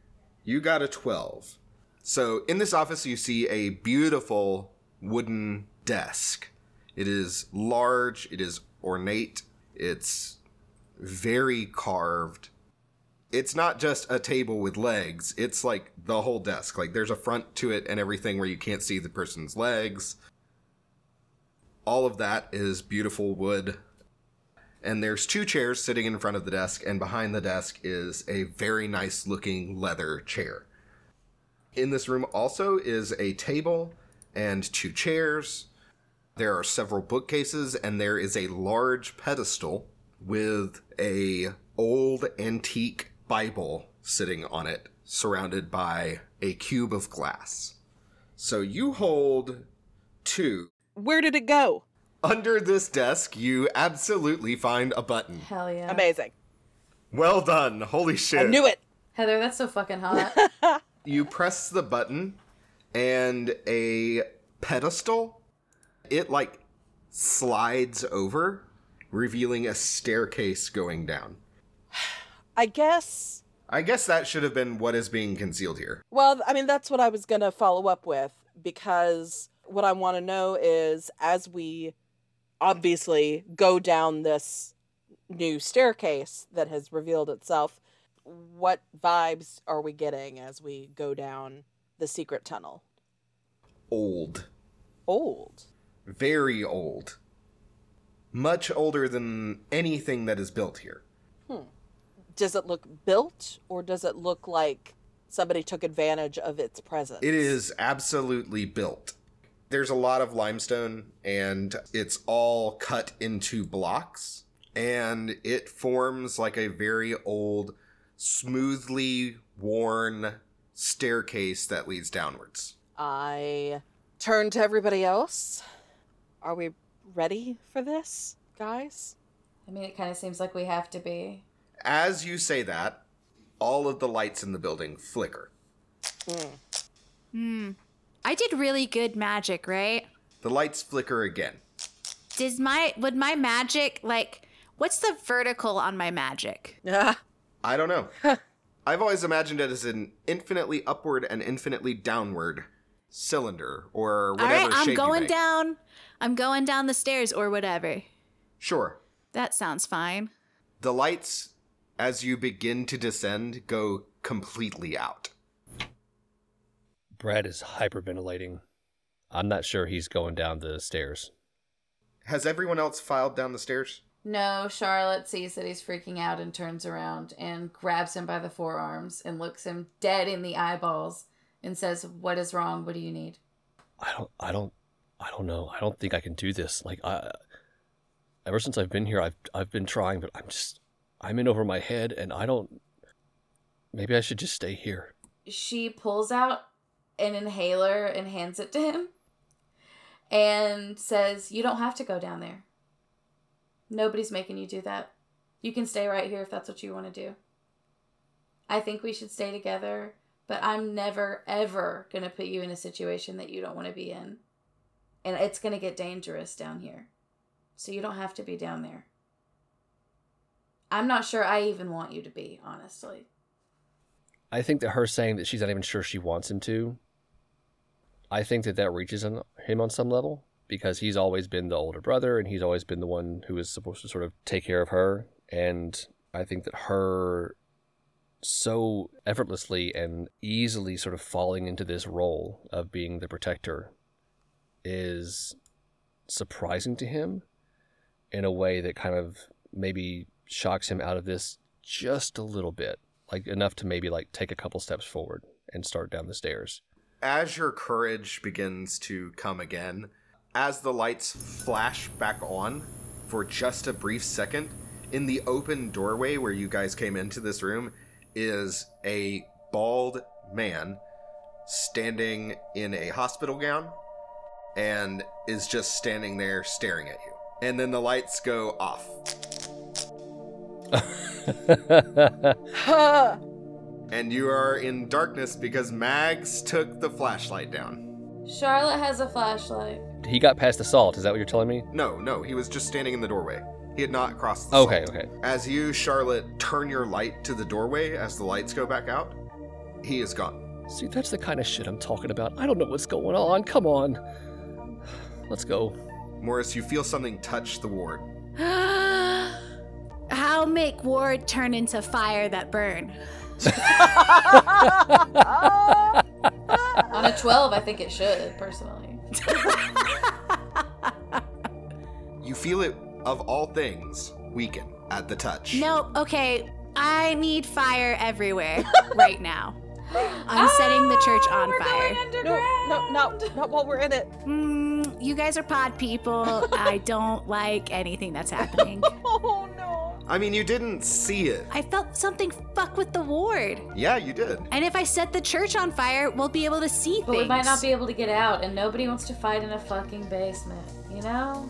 Speaker 3: you got a 12 so in this office you see a beautiful wooden desk it is large it is ornate it's very carved it's not just a table with legs it's like the whole desk like there's a front to it and everything where you can't see the person's legs all of that is beautiful wood and there's two chairs sitting in front of the desk and behind the desk is a very nice looking leather chair in this room also is a table and two chairs there are several bookcases and there is a large pedestal with a old antique bible sitting on it surrounded by a cube of glass. So you hold two.
Speaker 2: Where did it go?
Speaker 3: Under this desk, you absolutely find a button.
Speaker 5: Hell yeah.
Speaker 2: Amazing.
Speaker 3: Well done. Holy shit.
Speaker 2: I knew it.
Speaker 5: Heather, that's so fucking hot.
Speaker 3: You press the button, and a pedestal, it like slides over, revealing a staircase going down.
Speaker 2: I guess.
Speaker 3: I guess that should have been what is being concealed here.
Speaker 2: Well, I mean, that's what I was going to follow up with because what I want to know is as we obviously go down this new staircase that has revealed itself, what vibes are we getting as we go down the secret tunnel?
Speaker 3: Old.
Speaker 2: Old.
Speaker 3: Very old. Much older than anything that is built here.
Speaker 2: Does it look built or does it look like somebody took advantage of its presence?
Speaker 3: It is absolutely built. There's a lot of limestone and it's all cut into blocks and it forms like a very old, smoothly worn staircase that leads downwards.
Speaker 2: I turn to everybody else. Are we ready for this, guys?
Speaker 5: I mean, it kind of seems like we have to be.
Speaker 3: As you say that, all of the lights in the building flicker.
Speaker 1: I did really good magic, right?
Speaker 3: The lights flicker again.
Speaker 1: Does my would my magic like what's the vertical on my magic?
Speaker 2: Ah,
Speaker 3: I don't know. I've always imagined it as an infinitely upward and infinitely downward cylinder or whatever
Speaker 1: All right, I'm
Speaker 3: shape you
Speaker 1: going
Speaker 3: make.
Speaker 1: down. I'm going down the stairs or whatever.
Speaker 3: Sure.
Speaker 1: That sounds fine.
Speaker 3: The lights, as you begin to descend, go completely out.
Speaker 4: Brad is hyperventilating. I'm not sure he's going down the stairs.
Speaker 3: Has everyone else filed down the stairs?
Speaker 5: No, Charlotte sees that he's freaking out and turns around and grabs him by the forearms and looks him dead in the eyeballs and says, What is wrong? What do you need?
Speaker 4: I don't I don't I don't know. I don't think I can do this. Like I ever since I've been here I've I've been trying, but I'm just I'm in over my head and I don't maybe I should just stay here.
Speaker 5: she pulls out an inhaler and hands it to him and says, You don't have to go down there. Nobody's making you do that. You can stay right here if that's what you want to do. I think we should stay together, but I'm never, ever going to put you in a situation that you don't want to be in. And it's going to get dangerous down here. So you don't have to be down there. I'm not sure I even want you to be, honestly.
Speaker 4: I think that her saying that she's not even sure she wants him to, I think that that reaches on him on some level because he's always been the older brother and he's always been the one who is supposed to sort of take care of her. And I think that her so effortlessly and easily sort of falling into this role of being the protector is surprising to him in a way that kind of maybe shocks him out of this just a little bit like enough to maybe like take a couple steps forward and start down the stairs.
Speaker 3: As your courage begins to come again, as the lights flash back on for just a brief second, in the open doorway where you guys came into this room is a bald man standing in a hospital gown and is just standing there staring at you. And then the lights go off.
Speaker 2: ha.
Speaker 3: And you are in darkness because Mags took the flashlight down.
Speaker 5: Charlotte has a flashlight.
Speaker 4: he got past the salt. Is that what you're telling me?
Speaker 3: No, no, he was just standing in the doorway. He had not crossed the
Speaker 4: Okay,
Speaker 3: salt.
Speaker 4: okay.
Speaker 3: As you, Charlotte, turn your light to the doorway as the lights go back out, he is gone.
Speaker 4: See, that's the kind of shit I'm talking about. I don't know what's going on. Come on. Let's go.
Speaker 3: Morris, you feel something touch the ward.
Speaker 1: How make ward turn into fire that burn?
Speaker 5: On a 12, I think it should, personally.
Speaker 3: You feel it, of all things, weaken at the touch.
Speaker 1: Nope. Okay. I need fire everywhere right now. I'm setting the church
Speaker 5: Ah,
Speaker 1: on fire.
Speaker 2: No, no, not, not while we're in it.
Speaker 1: Mm, you guys are pod people. I don't like anything that's happening.
Speaker 2: Oh no.
Speaker 3: I mean, you didn't see it.
Speaker 1: I felt something fuck with the ward.
Speaker 3: Yeah, you did.
Speaker 1: And if I set the church on fire, we'll be able to see
Speaker 5: But
Speaker 1: things.
Speaker 5: we might not be able to get out, and nobody wants to fight in a fucking basement, you know?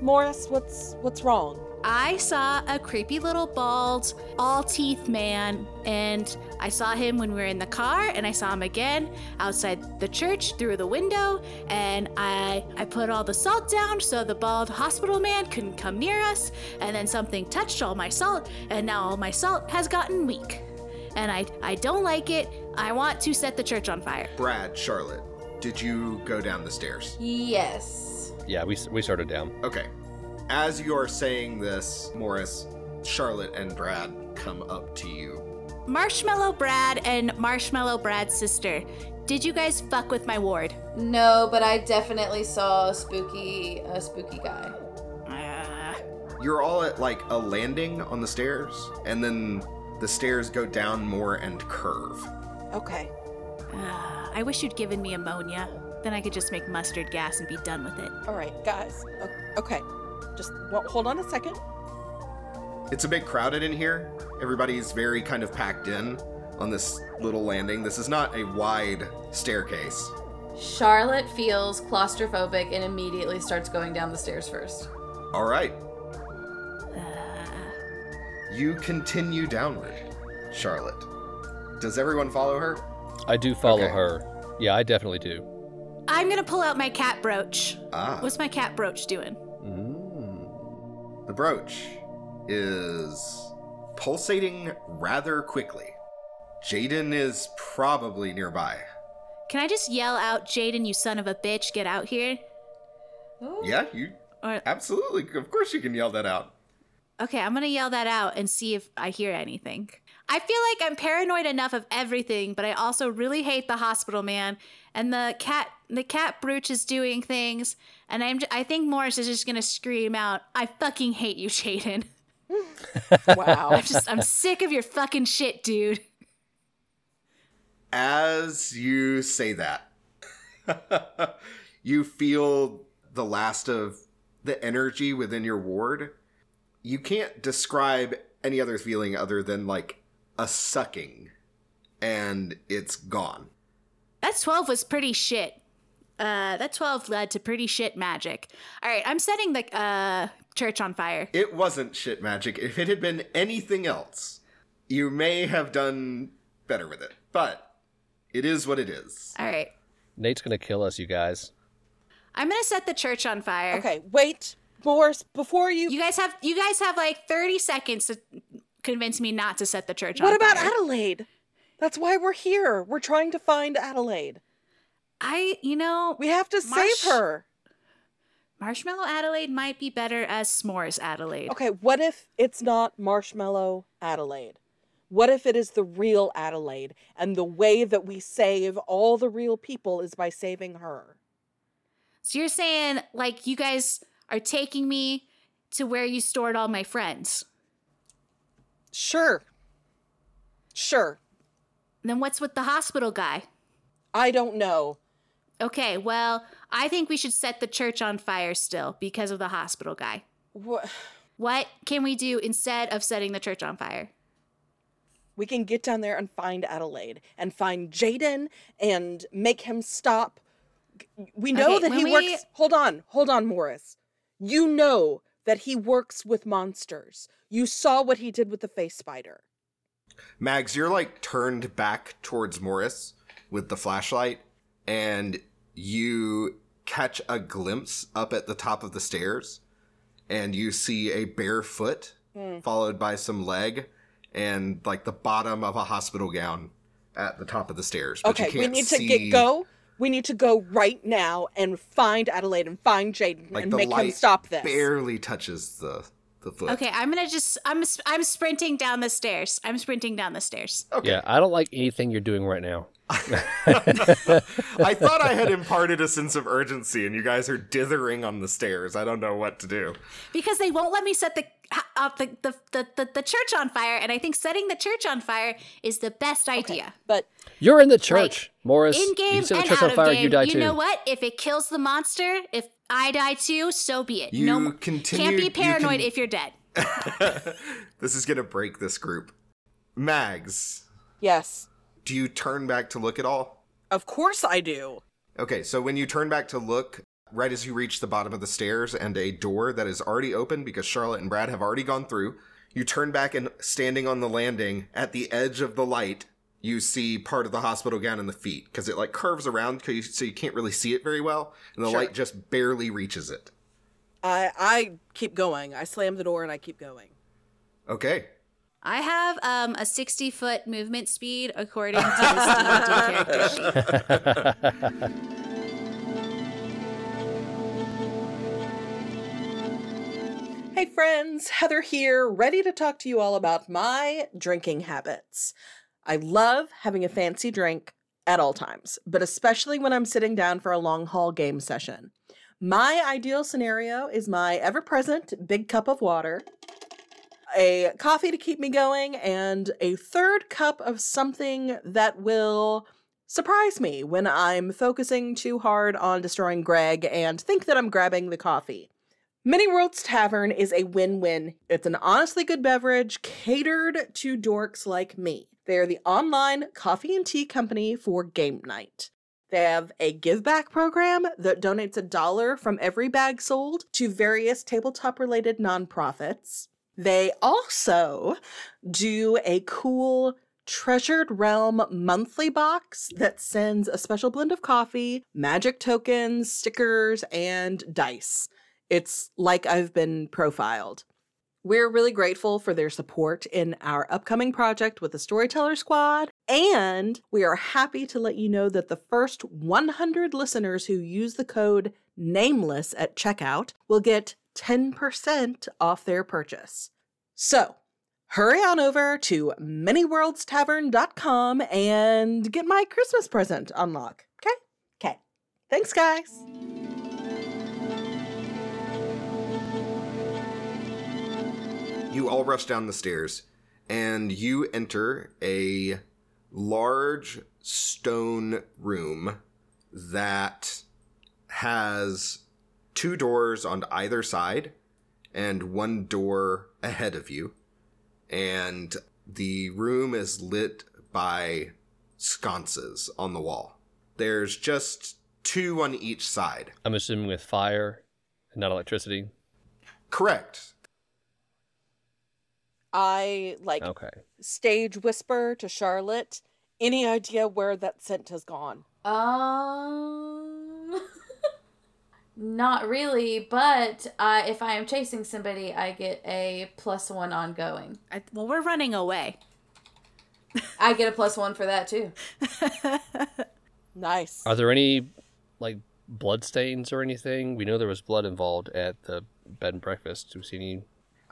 Speaker 2: Morris, what's what's wrong?
Speaker 1: I saw a creepy little bald, all teeth man, and I saw him when we were in the car, and I saw him again outside the church through the window, and I I put all the salt down so the bald hospital man couldn't come near us, and then something touched all my salt, and now all my salt has gotten weak. And I I don't like it. I want to set the church on fire.
Speaker 3: Brad, Charlotte, did you go down the stairs?
Speaker 5: Yes.
Speaker 4: Yeah, we, we started down.
Speaker 3: Okay. As you are saying this, Morris, Charlotte, and Brad come up to you.
Speaker 1: Marshmallow Brad and Marshmallow Brad's sister. Did you guys fuck with my ward?
Speaker 5: No, but I definitely saw a spooky, a spooky guy.
Speaker 1: Uh,
Speaker 3: You're all at like a landing on the stairs, and then the stairs go down more and curve.
Speaker 2: Okay.
Speaker 1: Ah, I wish you'd given me ammonia. Then I could just make mustard gas and be done with it.
Speaker 2: All right, guys. O- Okay. Just well, hold on a second.
Speaker 3: It's a bit crowded in here. Everybody's very kind of packed in on this little landing. This is not a wide staircase.
Speaker 5: Charlotte feels claustrophobic and immediately starts going down the stairs first.
Speaker 3: All right,
Speaker 1: Ah,
Speaker 3: you continue downward, Charlotte. Does everyone follow her?
Speaker 4: I do follow
Speaker 3: Okay.
Speaker 4: her. Yeah, I definitely do.
Speaker 1: I'm gonna pull out my cat brooch.
Speaker 3: Ah,
Speaker 1: What's my cat brooch doing?
Speaker 4: Mm.
Speaker 3: the brooch is pulsating rather quickly. Jaden is probably nearby.
Speaker 1: Can I just yell out, Jaden, you son of a bitch, get out here?
Speaker 3: Yeah, you
Speaker 1: Or
Speaker 3: absolutely, of course, you can yell that out.
Speaker 1: okay, I'm gonna yell that out and see if I hear anything. I feel like I'm paranoid enough of everything, but I also really hate the hospital man and the cat. The cat brooch is doing things, and I'm. j- I think Morris is just gonna scream out, "I fucking hate you, Jaden."
Speaker 2: Wow.
Speaker 1: I'm just I'm sick of your fucking shit, dude.
Speaker 3: As you say that, you feel the last of the energy within your ward. You can't describe any other feeling other than like a sucking, and it's gone.
Speaker 1: That 12 was pretty shit. Uh, that 12 led to pretty shit magic. All right, I'm setting the uh, church on fire.
Speaker 3: It wasn't shit magic. If it had been anything else, you may have done better with it, but it is what it is.
Speaker 1: All right,
Speaker 4: Nate's going to kill us, you guys.
Speaker 1: I'm gonna set the church on fire.
Speaker 2: okay, wait. Morris, before you,
Speaker 1: You guys have you guys have like 30 seconds to convince me not to set the church on
Speaker 2: What about
Speaker 1: fire.
Speaker 2: Adelaide? That's why we're here. We're trying to find Adelaide.
Speaker 1: I you know
Speaker 2: We have to
Speaker 1: Marsh-
Speaker 2: save her.
Speaker 1: marshmallow Adelaide might be better as s'mores Adelaide.
Speaker 2: Okay, what if it's not Marshmallow Adelaide? What if it is the real Adelaide and the way that we save all the real people is by saving her?
Speaker 1: So you're saying like you guys are taking me to where you stored all my friends.
Speaker 2: Sure. Sure.
Speaker 1: Then what's with the hospital guy?
Speaker 2: I don't know.
Speaker 1: Okay, well, I think we should set the church on fire still because of the hospital guy.
Speaker 2: Wha-
Speaker 1: What can we do instead of setting the church on fire?
Speaker 2: We can get down there and find Adelaide and find Jaden and make him stop. We know
Speaker 1: Okay,
Speaker 2: that
Speaker 1: when
Speaker 2: he
Speaker 1: we-
Speaker 2: works. Hold on, hold on, Morris. You know that he works with monsters. You saw what he did with the face spider.
Speaker 3: Mags, you're like turned back towards Morris with the flashlight, and you catch a glimpse up at the top of the stairs, and you see a bare foot
Speaker 2: Hmm.
Speaker 3: followed by some leg and like the bottom of a hospital gown at the top of the stairs. But you
Speaker 2: okay, we
Speaker 3: can't
Speaker 2: need to
Speaker 3: see-
Speaker 2: get go. We need to go right now and find Adelaide and find Jaden
Speaker 3: Like
Speaker 2: and
Speaker 3: the
Speaker 2: make him
Speaker 3: light
Speaker 2: stop this.
Speaker 3: barely touches the the foot.
Speaker 1: Okay, I'm gonna just I'm s- I'm sprinting down the stairs. I'm sprinting down the stairs.
Speaker 4: Yeah, I don't like anything you're doing right now.
Speaker 3: I thought I had imparted a sense of urgency, and you guys are dithering on the stairs. I don't know what to do.
Speaker 1: because they won't let me set the ha- up the, the, the, the, the church on fire and i think setting the church on fire is the best idea
Speaker 2: But
Speaker 4: You're in the church, Morris.
Speaker 1: in game
Speaker 4: you set the
Speaker 1: and
Speaker 4: church
Speaker 1: out
Speaker 4: on
Speaker 1: of
Speaker 4: fire,
Speaker 1: game
Speaker 4: you die too.
Speaker 1: know what if it kills the monster if i die too so be it
Speaker 3: You
Speaker 1: no mo-
Speaker 3: continue-
Speaker 1: can't
Speaker 3: you
Speaker 1: be
Speaker 3: can-
Speaker 1: paranoid if you're dead
Speaker 3: this is gonna break this group. Mags,
Speaker 2: Yes.
Speaker 3: do you turn back to look at all?
Speaker 2: Of course I do.
Speaker 3: Okay, so when you turn back to look, right as you reach the bottom of the stairs and a door that is already open because Charlotte and Brad have already gone through, you turn back and standing on the landing at the edge of the light, you see part of the hospital gown and the feet because it like curves around 'cause you- so you can't really see it very well, and the
Speaker 2: Sure.
Speaker 3: light just barely reaches it.
Speaker 2: I I keep going. I slam the door and I keep going.
Speaker 3: Okay,
Speaker 1: I have um, a 60 foot movement speed according to the character sheet.
Speaker 2: Hey friends, Heather here, ready to talk to you all about my drinking habits. I love having a fancy drink at all times, but especially when I'm sitting down for a long haul game session. My ideal scenario is my ever present big cup of water, a coffee to keep me going, and a third cup of something that will surprise me when I'm focusing too hard on destroying Greg and think that I'm grabbing the coffee. Mini Worlds Tavern is a win win. It's an honestly good beverage catered to dorks like me. They are the online coffee and tea company for game night. They have a give back program that donates a dollar from every bag sold to various tabletop related nonprofits. They also do a cool Treasured Realm monthly box that sends a special blend of coffee, magic tokens, stickers, and dice. It's like I've been profiled. We're really grateful for their support in our upcoming project with the Storyteller Squad, and we are happy to let you know that the first 100 listeners who use the code NAMELESS at checkout will get 10% off their purchase. So, hurry on over to manyworldstavern.com and get my Christmas present unlock. Okay? Okay. Thanks, guys.
Speaker 3: You all rush down the stairs and you enter a large stone room that has two doors on either side and one door ahead of you. And the room is lit by sconces on the wall. There's just two on each side.
Speaker 4: I'm assuming with fire and not electricity.
Speaker 3: Correct.
Speaker 2: I like
Speaker 4: Okay.
Speaker 2: stage whisper to Charlotte. Any idea where that scent has gone?
Speaker 5: Um, not really, but uh, if I am chasing somebody, I get a plus one ongoing.
Speaker 1: I, well, we're running away.
Speaker 5: I get a plus one for that too.
Speaker 2: Nice.
Speaker 4: Are there any like blood stains or anything? We know there was blood involved at the bed and breakfast. Do we see any?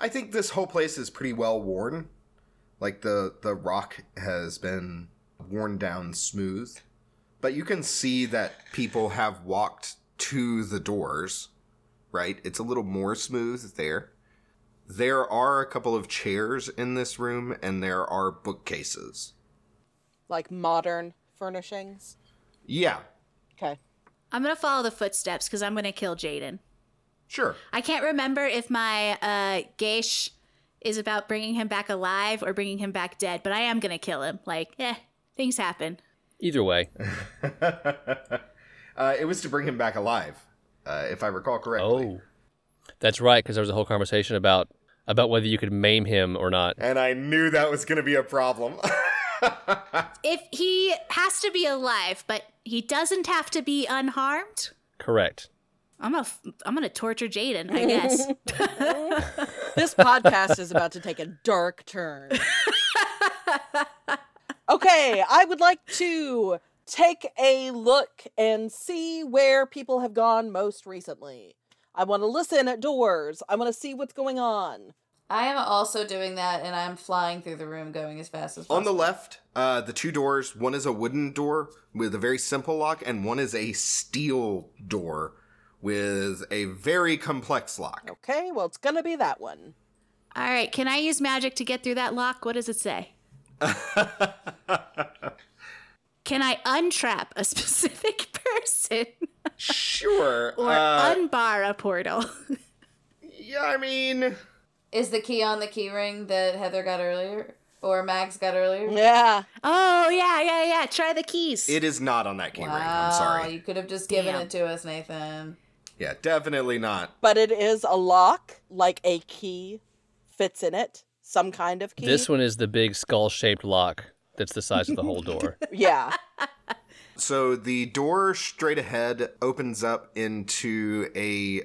Speaker 3: I think this whole place is pretty well worn. Like the the rock has been worn down smooth, but you can see that people have walked to the doors, right? It's a little more smooth there. There are a couple of chairs in this room and there are bookcases.
Speaker 2: like modern furnishings.
Speaker 3: Yeah,
Speaker 2: Okay.
Speaker 1: I'm going to follow the footsteps because I'm going to kill Jaden.
Speaker 3: sure.
Speaker 1: I can't remember if my uh, Geish is about bringing him back alive or bringing him back dead, but I am going to kill him. Like, eh, things happen.
Speaker 4: Either way.
Speaker 3: uh, it was to bring him back alive, uh, if I recall correctly.
Speaker 4: Oh, that's right. Because there was a whole conversation about about whether you could maim him or not.
Speaker 3: And I knew that was going to be a problem.
Speaker 1: If he has to be alive, but he doesn't have to be unharmed,
Speaker 4: Correct.
Speaker 1: I'm going to I'm going to torture Jaden, I guess.
Speaker 2: This podcast is about to take a dark turn. Okay, I would like to take a look and see where people have gone most recently. I want to listen at doors. I want to see what's going on.
Speaker 5: I am also doing that, and I'm flying through the room, going as fast as possible.
Speaker 3: On the left, uh, the two doors. One is a wooden door with a very simple lock, and one is a steel door with a very complex lock.
Speaker 2: Okay, well, it's going to be that one.
Speaker 1: All right, can I use magic to get through that lock? What does it say? Can I untrap a specific person
Speaker 3: Sure.
Speaker 1: or
Speaker 3: uh,
Speaker 1: unbar a portal?
Speaker 3: yeah, I mean,
Speaker 5: Is the key on the key ring that Heather got earlier or Mags got earlier?
Speaker 2: Yeah.
Speaker 1: Oh yeah, yeah, yeah. Try the keys.
Speaker 3: It is not on that key ring. I'm
Speaker 5: Wow,
Speaker 3: sorry.
Speaker 5: Ah, You could have just given
Speaker 1: Damn.
Speaker 5: it to us, Nathan.
Speaker 3: Yeah, definitely not.
Speaker 2: But it is a lock, like a key fits in it, some kind of key.
Speaker 4: This one is the big skull shaped lock that's the size of the whole door.
Speaker 2: Yeah.
Speaker 3: So the door straight ahead opens up into a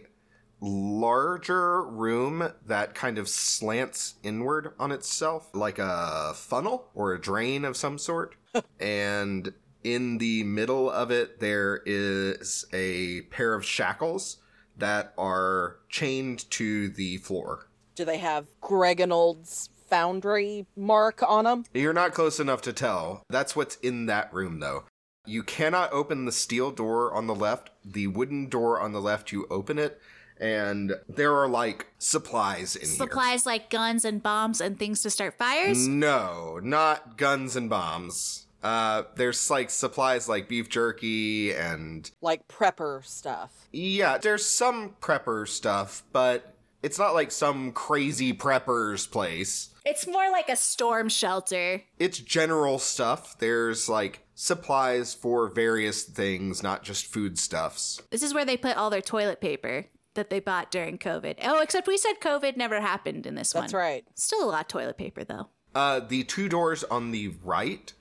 Speaker 3: larger room that kind of slants inward on itself, like a funnel or a drain of some sort. and in the middle of it, there is a pair of shackles that are chained to the floor.
Speaker 2: Do they have Greganold's foundry mark on them?
Speaker 3: You're not close enough to tell. That's what's in that room, though. You cannot open the steel door on the left, the wooden door on the left, you open it, and there are like supplies in
Speaker 1: Supplies like guns and bombs and things to start
Speaker 3: here.
Speaker 1: fires.
Speaker 3: No, not guns and bombs. Uh, there's like supplies like beef jerky and
Speaker 2: Like prepper stuff.
Speaker 3: yeah, there's some prepper stuff, but it's not like some crazy prepper's place.
Speaker 1: It's more like a storm shelter.
Speaker 3: it's general stuff. There's like supplies for various things, not just foodstuffs.
Speaker 1: This is where they put all their toilet paper that they bought during COVID. Oh, except we said COVID never happened in this one.
Speaker 2: That's right.
Speaker 1: Still a lot of toilet paper though.
Speaker 3: Uh, the two doors on the right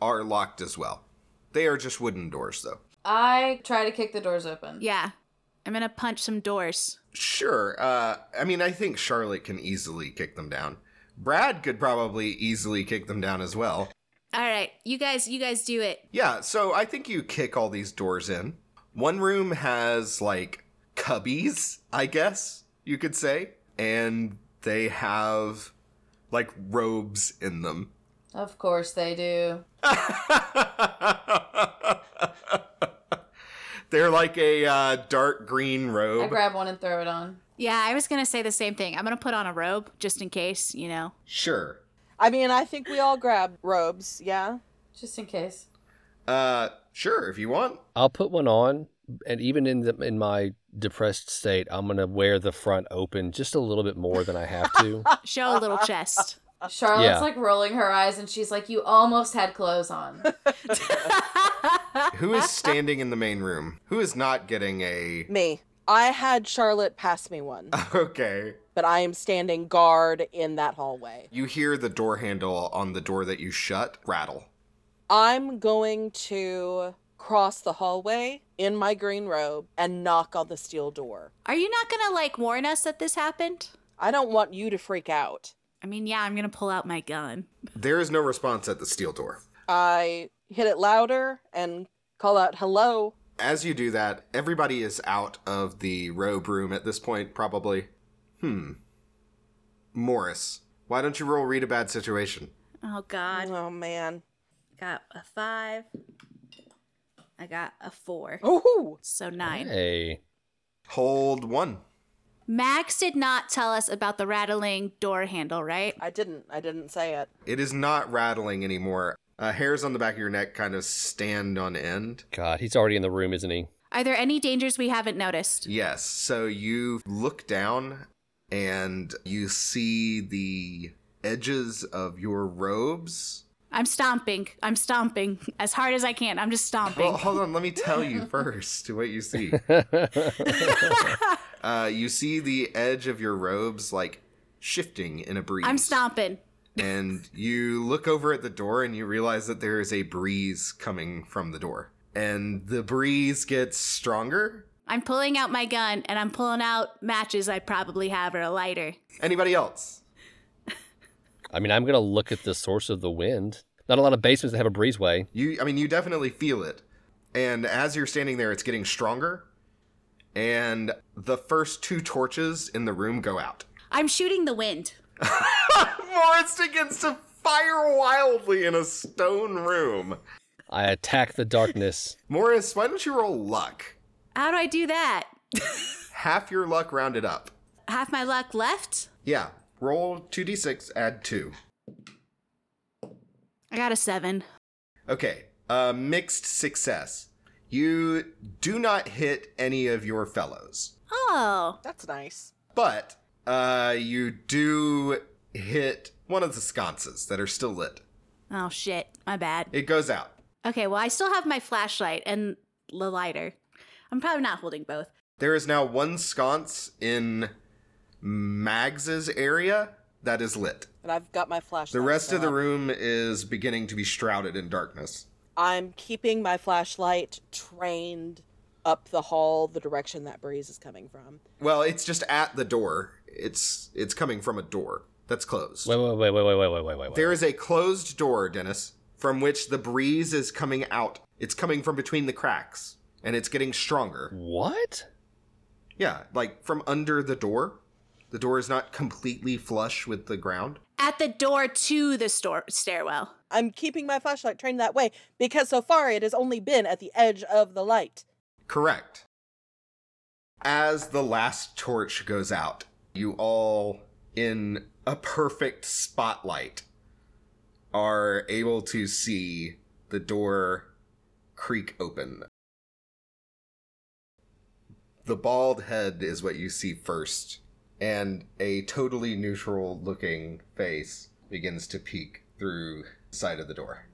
Speaker 3: are locked as well. They are just wooden doors, though.
Speaker 5: I try to kick the doors open.
Speaker 1: Yeah. I'm gonna punch some doors.
Speaker 3: Sure. Uh, I mean, I think Charlotte can easily kick them down. Brad could probably easily kick them down as well.
Speaker 1: All right, you guys, you guys do it.
Speaker 3: Yeah, so I think you kick all these doors in. One room has like cubbies, I guess you could say, and they have like robes in them.
Speaker 5: Of course they do.
Speaker 3: They're like a uh, dark green
Speaker 5: I
Speaker 3: robe.
Speaker 5: grab one and throw it on.
Speaker 1: Yeah, I was gonna say the same thing. I'm gonna put on a robe just in case, you know.
Speaker 3: sure.
Speaker 2: I mean, I think we all grab robes. Yeah.
Speaker 5: Just in case.
Speaker 3: Uh, sure, if you want.
Speaker 4: I'll put one on, and even in the, in my depressed state, I'm gonna wear the front open just a little bit more than I have to.
Speaker 1: Show a little chest.
Speaker 5: Charlotte's
Speaker 4: Yeah.
Speaker 5: like rolling her eyes and she's like, You almost had clothes on.
Speaker 3: Who is standing in the main room? Who is not getting a.
Speaker 2: Me. I had Charlotte pass me one,
Speaker 4: Uh.
Speaker 3: Okay.
Speaker 2: but I am standing guard in that hallway.
Speaker 3: You hear the door handle on the door that you shut rattle.
Speaker 2: I'm going to cross the hallway in my green robe and knock on the steel door.
Speaker 1: Are you not gonna like warn us that this happened?
Speaker 2: I don't want you to freak out.
Speaker 1: I mean, yeah, I'm gonna pull out my gun.
Speaker 3: There is no response at the steel door.
Speaker 2: I hit it louder and call out hello.
Speaker 3: As you do that, everybody is out of the robe room at this point, probably. Hmm. Morris, why don't you roll read a bad situation?
Speaker 1: Oh God,
Speaker 2: Oh man.
Speaker 1: got a five. I got a four,
Speaker 2: Ooh.
Speaker 1: so nine.
Speaker 4: hey,
Speaker 3: Hold one.
Speaker 1: Max did not tell us about the rattling door handle, right?
Speaker 2: I didn't. I didn't say it.
Speaker 3: It is not rattling anymore. Uh, hairs on the back of your neck kind of stand on end.
Speaker 4: God, he's already in the room, isn't he?
Speaker 1: Are there any dangers we haven't noticed?
Speaker 3: Yes, so you look down and you see the edges of your robes
Speaker 1: I'm stomping. I'm stomping as hard as I can. I'm just stomping.
Speaker 3: Well, hold on. Let me tell you first what you see. uh, you see the edge of your robes like shifting in a breeze.
Speaker 1: I'm stomping.
Speaker 3: And you look over at the door and you realize that there is a breeze coming from the door. And the breeze gets stronger.
Speaker 1: I'm pulling out my gun and I'm pulling out matches I probably have or a lighter.
Speaker 3: Anybody else?
Speaker 4: I mean, I'm gonna look at the source of the wind. Not a lot of basements that have a breezeway.
Speaker 3: You, I mean, you definitely feel it. And as you're standing there, it's getting stronger. And the first two torches in the room go out.
Speaker 1: I'm shooting the wind.
Speaker 3: Morris begins to fire wildly in a stone room.
Speaker 4: I attack the darkness.
Speaker 3: Morris, why don't you roll luck?
Speaker 1: How do I do that?
Speaker 3: Half your luck rounded up.
Speaker 1: Half my luck left.
Speaker 3: Yeah, roll 2d6, add 2.
Speaker 1: I got a seven.
Speaker 3: Okay, uh, mixed success. You do not hit any of your fellows,
Speaker 1: Oh,
Speaker 2: That's nice.
Speaker 3: but Uh, you do hit one of the sconces that are still lit.
Speaker 1: Oh shit, my bad.
Speaker 3: It goes out.
Speaker 1: Okay, well I still have my flashlight and the lighter. I'm probably not holding both.
Speaker 3: There is now one sconce in Mags's area that is lit.
Speaker 2: And I've got my flashlight.
Speaker 3: The rest of
Speaker 2: so
Speaker 3: the room is beginning to be shrouded in darkness.
Speaker 2: I'm keeping my flashlight trained up the hall, the direction that breeze is coming from.
Speaker 3: Well, it's just at the door. It's it's coming from a door that's closed.
Speaker 4: Wait, wait, wait, wait, wait, wait, wait, wait, wait.
Speaker 3: There is a closed door, Dennis, from which the breeze is coming out. It's coming from between the cracks, and it's getting
Speaker 4: Hmm.
Speaker 3: stronger.
Speaker 4: What?
Speaker 3: Yeah, like from under the door. The door is not completely flush with the ground.
Speaker 1: At the door to the store stairwell.
Speaker 2: I'm keeping my flashlight trained that way because so far it has only been at the edge of the light.
Speaker 3: Correct. As the last torch goes out, you all, in a perfect spotlight, are able to see the door creak open. The bald head is what you see first, and a totally neutral looking face begins to peek through the side of the door.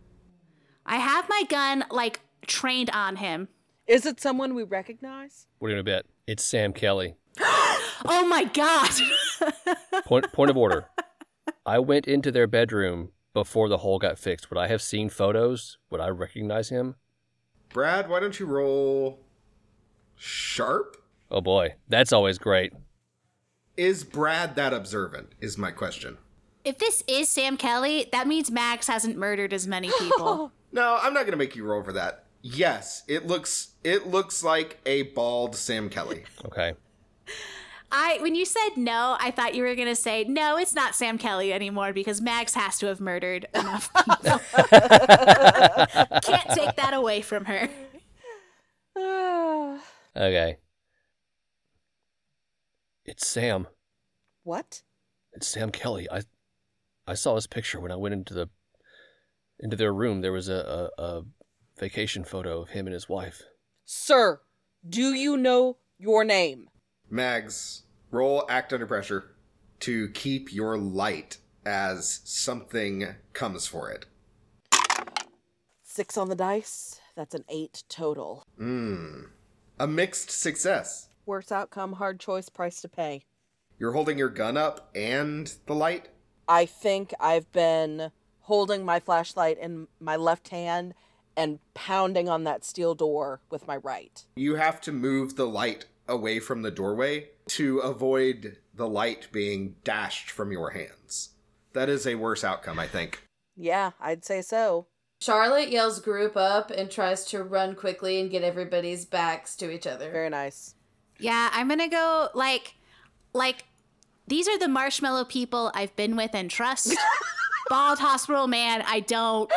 Speaker 1: I have my gun like trained on him.
Speaker 2: Is it someone we recognize?
Speaker 4: What are you gonna bet? It's Sam Kelly.
Speaker 1: Oh my god.
Speaker 4: Point point of order. I went into their bedroom before the hole got fixed. Would I have seen photos? Would I recognize him?
Speaker 3: Brad, why don't you roll sharp?
Speaker 4: Oh boy, that's always great.
Speaker 3: Is Brad that observant? Is my question.
Speaker 1: if this is Sam Kelly, that means Max hasn't murdered as many people.
Speaker 3: No, I'm not gonna make you roll for that. Yes, it looks it looks like a bald Sam Kelly.
Speaker 4: Okay.
Speaker 1: I when you said no, I thought you were gonna say no, it's not Sam Kelly anymore because Max has to have murdered enough people. Can't take that away from her.
Speaker 2: Ah,
Speaker 4: Okay. It's Sam.
Speaker 2: what?
Speaker 4: It's Sam Kelly. I I saw his picture when I went into the into their room. There was a, a, a vacation photo of him and his wife.
Speaker 2: Sir, do you know your name?
Speaker 3: Mags, roll act under pressure to keep your light as something comes for it.
Speaker 2: Six on the dice. That's an eight total.
Speaker 3: Mmm. A mixed success.
Speaker 2: Worse outcome, hard choice, price to pay.
Speaker 3: You're holding your gun up and the light?
Speaker 2: I think I've been holding my flashlight in my left hand and pounding on that steel door with my right.
Speaker 3: You have to move the light away from the doorway to avoid the light being dashed from your hands. That is a worse outcome, I think.
Speaker 2: Yeah, I'd say so.
Speaker 5: Charlotte yells group up and tries to run quickly and get everybody's backs to each other.
Speaker 2: Very nice.
Speaker 1: Yeah, I'm gonna go like like these are the marshmallow people I've been with and trust. Bald hospital man, I don't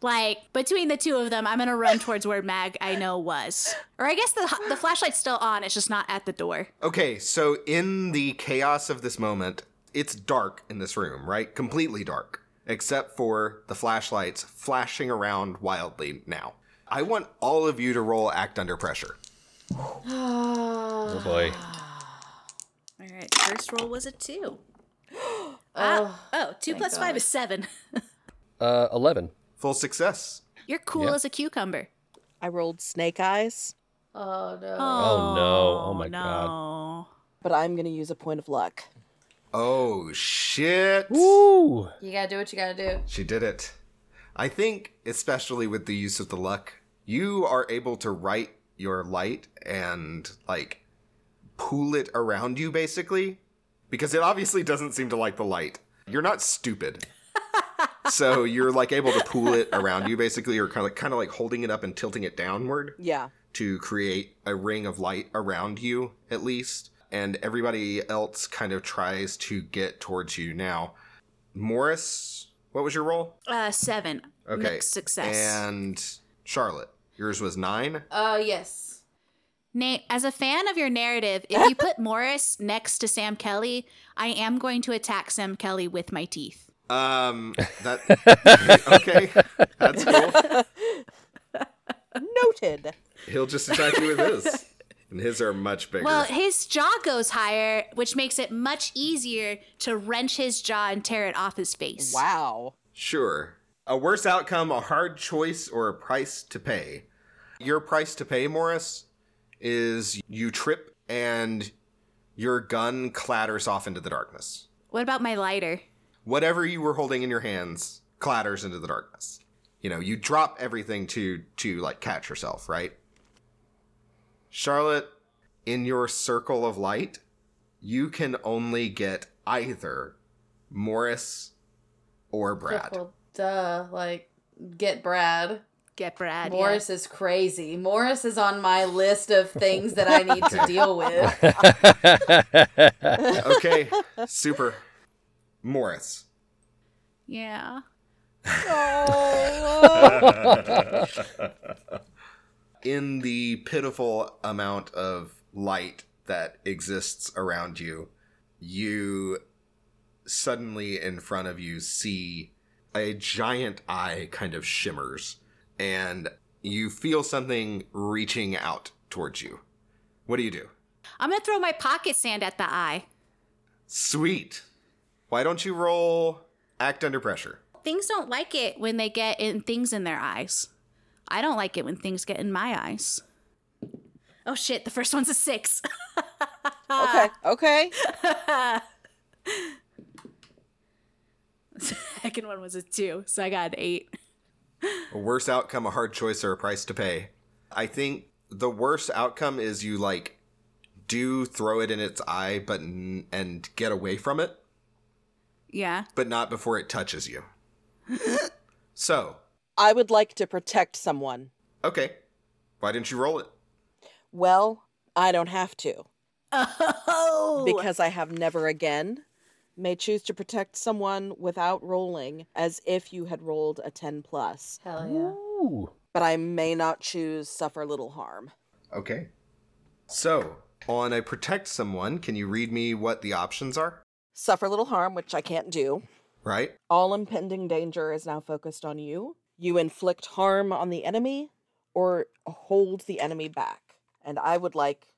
Speaker 1: like between the two of them, I'm gonna run towards where Mag I know was. Or I guess the ho- the flashlight's still on, it's just not at the door.
Speaker 3: Okay, so in the chaos of this moment, it's dark in this room, right? Completely dark, except for the flashlights flashing around wildly now. I want all of you to roll act under pressure.
Speaker 4: Oh boy.
Speaker 1: All right, first roll was a two. Ah, oh, two plus five is seven.
Speaker 4: Uh, eleven.
Speaker 3: Full success.
Speaker 1: You're cool
Speaker 4: Yep.
Speaker 1: as a cucumber.
Speaker 2: I rolled snake eyes,
Speaker 5: Oh no.
Speaker 4: Oh, no. Oh my god.
Speaker 1: no.
Speaker 2: but I'm going to use a point of luck.
Speaker 3: Oh shit.
Speaker 4: Woo!
Speaker 5: You gotta do what you gotta do.
Speaker 3: She did it. I think, especially with the use of the luck, you are able to write your light and, like, pool it around you, basically, because it obviously doesn't seem to like the light. You're not stupid. so you're, like, able to pool it around you, basically, or kind of, kind of like holding it up and tilting it downward
Speaker 2: Yeah.
Speaker 3: to create a ring of light around you, at least. And everybody else kind of tries to get towards you now. Morris, what was your role?
Speaker 1: Uh, seven.
Speaker 3: Okay.
Speaker 1: Mixed success.
Speaker 3: And Charlotte, yours was nine.
Speaker 5: Uh yes.
Speaker 1: Nate, as a fan of your narrative, if you put Morris next to Sam Kelly, I am going to attack Sam Kelly with my teeth.
Speaker 3: Um, that okay. That's cool.
Speaker 2: Noted.
Speaker 3: He'll just attack you with his, and His are much bigger.
Speaker 1: Well, his jaw goes higher, which makes it much easier to wrench his jaw and tear it off his face.
Speaker 2: Wow.
Speaker 3: Sure. A worse outcome, a hard choice, or a price to pay. Your price to pay, Morris, is you trip and your gun clatters off into the darkness.
Speaker 1: What about my lighter?
Speaker 3: Whatever you were holding in your hands clatters into the darkness. You know, you drop everything to to like catch yourself, right? Charlotte, in your circle of light, you can only get either Morris or Brad.
Speaker 5: Well, duh. Like, get Brad.
Speaker 1: Get Brad. yeah.
Speaker 5: Morris is crazy. Morris is on my list of things that I need to deal with.
Speaker 3: Okay, super. Morris.
Speaker 1: Yeah.
Speaker 2: Oh,
Speaker 3: In the pitiful amount of light that exists around you, you suddenly in front of you see a giant eye kind of shimmers, and you feel something reaching out towards you. What do you do?
Speaker 1: I'm going to throw my pocket sand at the eye.
Speaker 3: Sweet. Why don't you roll act under pressure?
Speaker 1: Things don't like it when they get in things in their eyes. I don't like it when things get in my eyes. Oh shit, the first one's a six.
Speaker 2: okay, okay.
Speaker 1: Second one was a two, so I got an eight.
Speaker 3: A worse outcome, a hard choice, or a price to pay. I think the worst outcome is you like do throw it in its eye, but n- and get away from it,
Speaker 1: Yeah.
Speaker 3: but not before it touches you. so,
Speaker 2: I would like to protect someone.
Speaker 3: okay, why didn't you roll it?
Speaker 2: Well, I don't have to
Speaker 1: Oh.
Speaker 2: because I have never again may choose to protect someone without rolling as if you had rolled a 10 plus.
Speaker 5: Hell yeah.
Speaker 4: Ooh.
Speaker 2: But I may not choose suffer little harm.
Speaker 3: Okay. So, on a protect someone, can you read me what the options are?
Speaker 2: Suffer little harm, which I can't do.
Speaker 3: Right?
Speaker 2: All impending danger is now focused on you. You inflict harm on the enemy or hold the enemy back. And I would like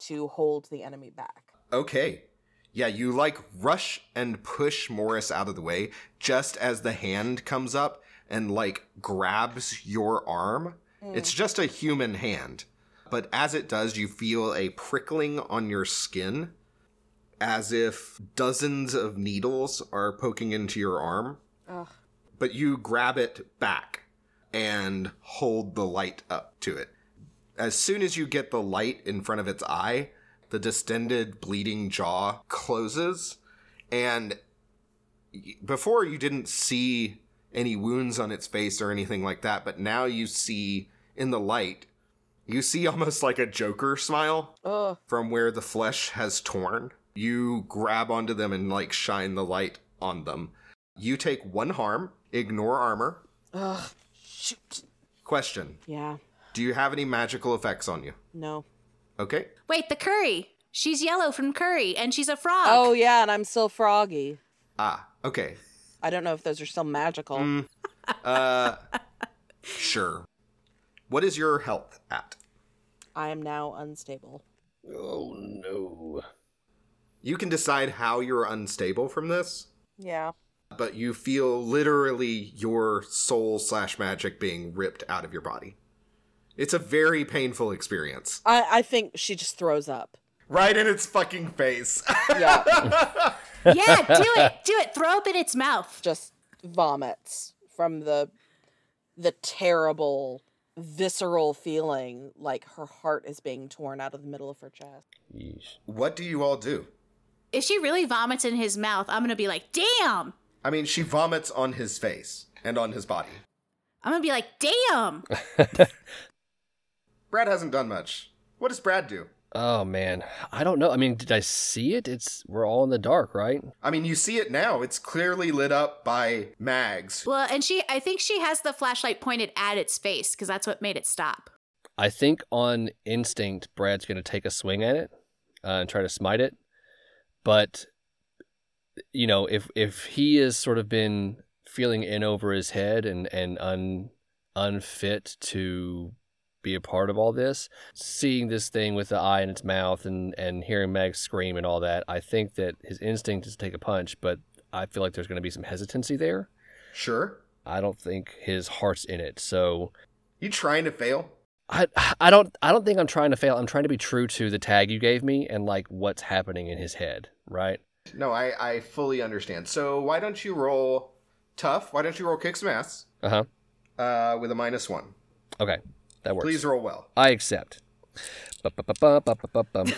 Speaker 2: to hold the enemy back.
Speaker 3: Okay. Yeah, you like rush and push Morris out of the way just as the hand comes up and like grabs your arm. It's just a human hand. But as it does, you feel a prickling on your skin as if dozens of needles are poking into your arm.
Speaker 2: Ugh.
Speaker 3: But you grab it back and hold the light up to it. As soon as you get the light in front of its eye, the distended, bleeding jaw closes, and y- before you didn't see any wounds on its face or anything like that, but now you see in the light, you see almost like a Joker smile
Speaker 2: Ugh.
Speaker 3: from where the flesh has torn. You grab onto them and like shine the light on them. You take one harm, ignore armor.
Speaker 2: Ugh. Shoot.
Speaker 3: Question
Speaker 2: Yeah.
Speaker 3: Do you have any magical effects on you?
Speaker 2: No.
Speaker 3: Okay.
Speaker 1: Wait, the curry. She's yellow from curry, and she's a frog.
Speaker 2: Oh, yeah. And I'm still froggy.
Speaker 3: Ah, okay.
Speaker 2: I don't know if those are still magical.
Speaker 3: Uh, Sure. What is your health at?
Speaker 2: I am now unstable.
Speaker 4: Oh no.
Speaker 3: You can decide how you're unstable from this,
Speaker 2: Yeah.
Speaker 3: but you feel literally your soul slash magic being ripped out of your body. It's a very painful experience.
Speaker 2: I, I think she just throws up.
Speaker 3: Right in its fucking face.
Speaker 2: Yeah.
Speaker 1: yeah, do it. Do it. Throw up in its mouth.
Speaker 2: just vomits from the the terrible visceral feeling like her heart is being torn out of the middle of her chest.
Speaker 4: Yeesh.
Speaker 3: what do you all do?
Speaker 1: If she really vomits in his mouth, I'm going to be like, damn.
Speaker 3: I mean, she vomits on his face and on his body.
Speaker 1: I'm going to be like, damn.
Speaker 3: Brad hasn't done much. What does Brad do?
Speaker 4: Oh man. I don't know. I mean, did I see it? It's we're all in the dark, right?
Speaker 3: I mean, you see it now. It's clearly lit up by Mags.
Speaker 1: Well, and she, I think she has the flashlight pointed at its face because that's what made it stop.
Speaker 4: I think on instinct, Brad's going to take a swing at it uh, and try to smite it. But you know, if if he has sort of been feeling in over his head and and un, unfit to be a part of all this. Seeing this thing with the eye in its mouth and, and hearing Meg scream and all that, I think that his instinct is to take a punch, but I feel like there's going to be some hesitancy there.
Speaker 3: Sure.
Speaker 4: I don't think his heart's in it. So
Speaker 3: You trying to fail?
Speaker 4: I I don't I don't think I'm trying to fail. I'm trying to be true to the tag you gave me and like what's happening in his head, right?
Speaker 3: No, I, I fully understand. So why don't you roll tough? Why don't you roll kick some ass
Speaker 4: Uh-huh.
Speaker 3: uh, with a minus one?
Speaker 4: Okay. That works.
Speaker 3: Please roll well.
Speaker 4: I accept. Ba-ba-ba-ba-ba-ba-bum.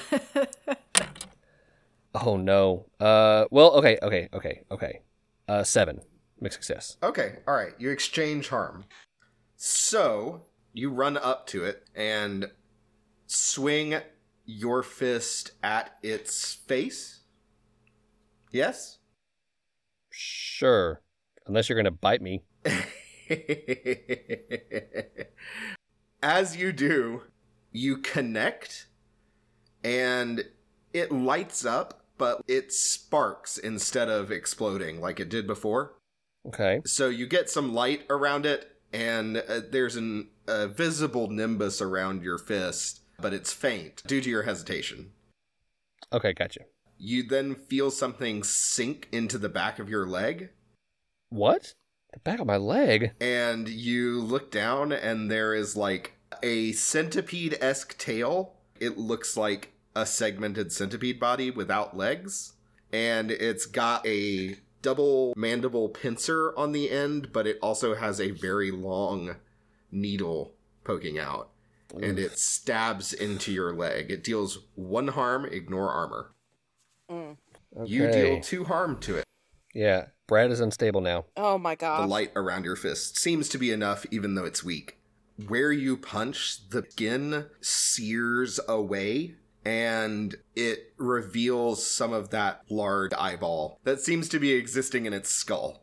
Speaker 4: oh no. Uh well, okay, okay, okay, okay. Uh 7. Mixed success.
Speaker 3: Okay, all right. You exchange harm. So you run up to it and swing your fist at its face. Yes?
Speaker 4: Sure. Unless you're going to bite me.
Speaker 3: As you do, you connect and it lights up, but it sparks instead of exploding like it did before.
Speaker 4: Okay.
Speaker 3: So you get some light around it, and uh, there's an, a visible nimbus around your fist, but it's faint due to your hesitation.
Speaker 4: Okay, gotcha.
Speaker 3: You then feel something sink into the back of your leg,
Speaker 4: What? The back of my leg.
Speaker 3: and you look down, and there is like a centipede esque tail. It looks like a segmented centipede body without legs, and it's got a double mandible pincer on the end, but it also has a very long needle poking out, and it stabs into your leg. It deals one harm, ignore armor.
Speaker 2: Mm.
Speaker 3: You deal
Speaker 4: Okay.
Speaker 3: two harm to it.
Speaker 4: Yeah. Brad is unstable now.
Speaker 2: Oh my god.
Speaker 3: The light around your fist seems to be enough, even though it's weak. Where you punch, the skin sears away and it reveals some of that large eyeball that seems to be existing in its skull.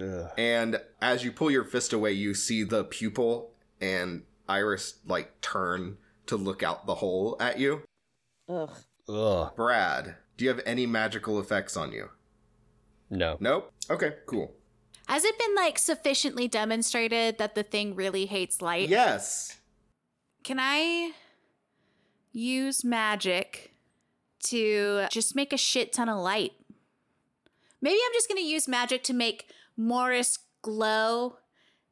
Speaker 4: Ugh.
Speaker 3: And as you pull your fist away, you see the pupil and iris like turn to look out the hole at you.
Speaker 2: Ugh.
Speaker 4: Ugh.
Speaker 3: Brad, do you have any magical effects on you?
Speaker 4: No.
Speaker 3: Nope. Okay, cool.
Speaker 1: Has it been like sufficiently demonstrated that the thing really hates light?
Speaker 3: Yes.
Speaker 1: Can I use magic to just make a shit ton of light? Maybe I'm just going to use magic to make Morris glow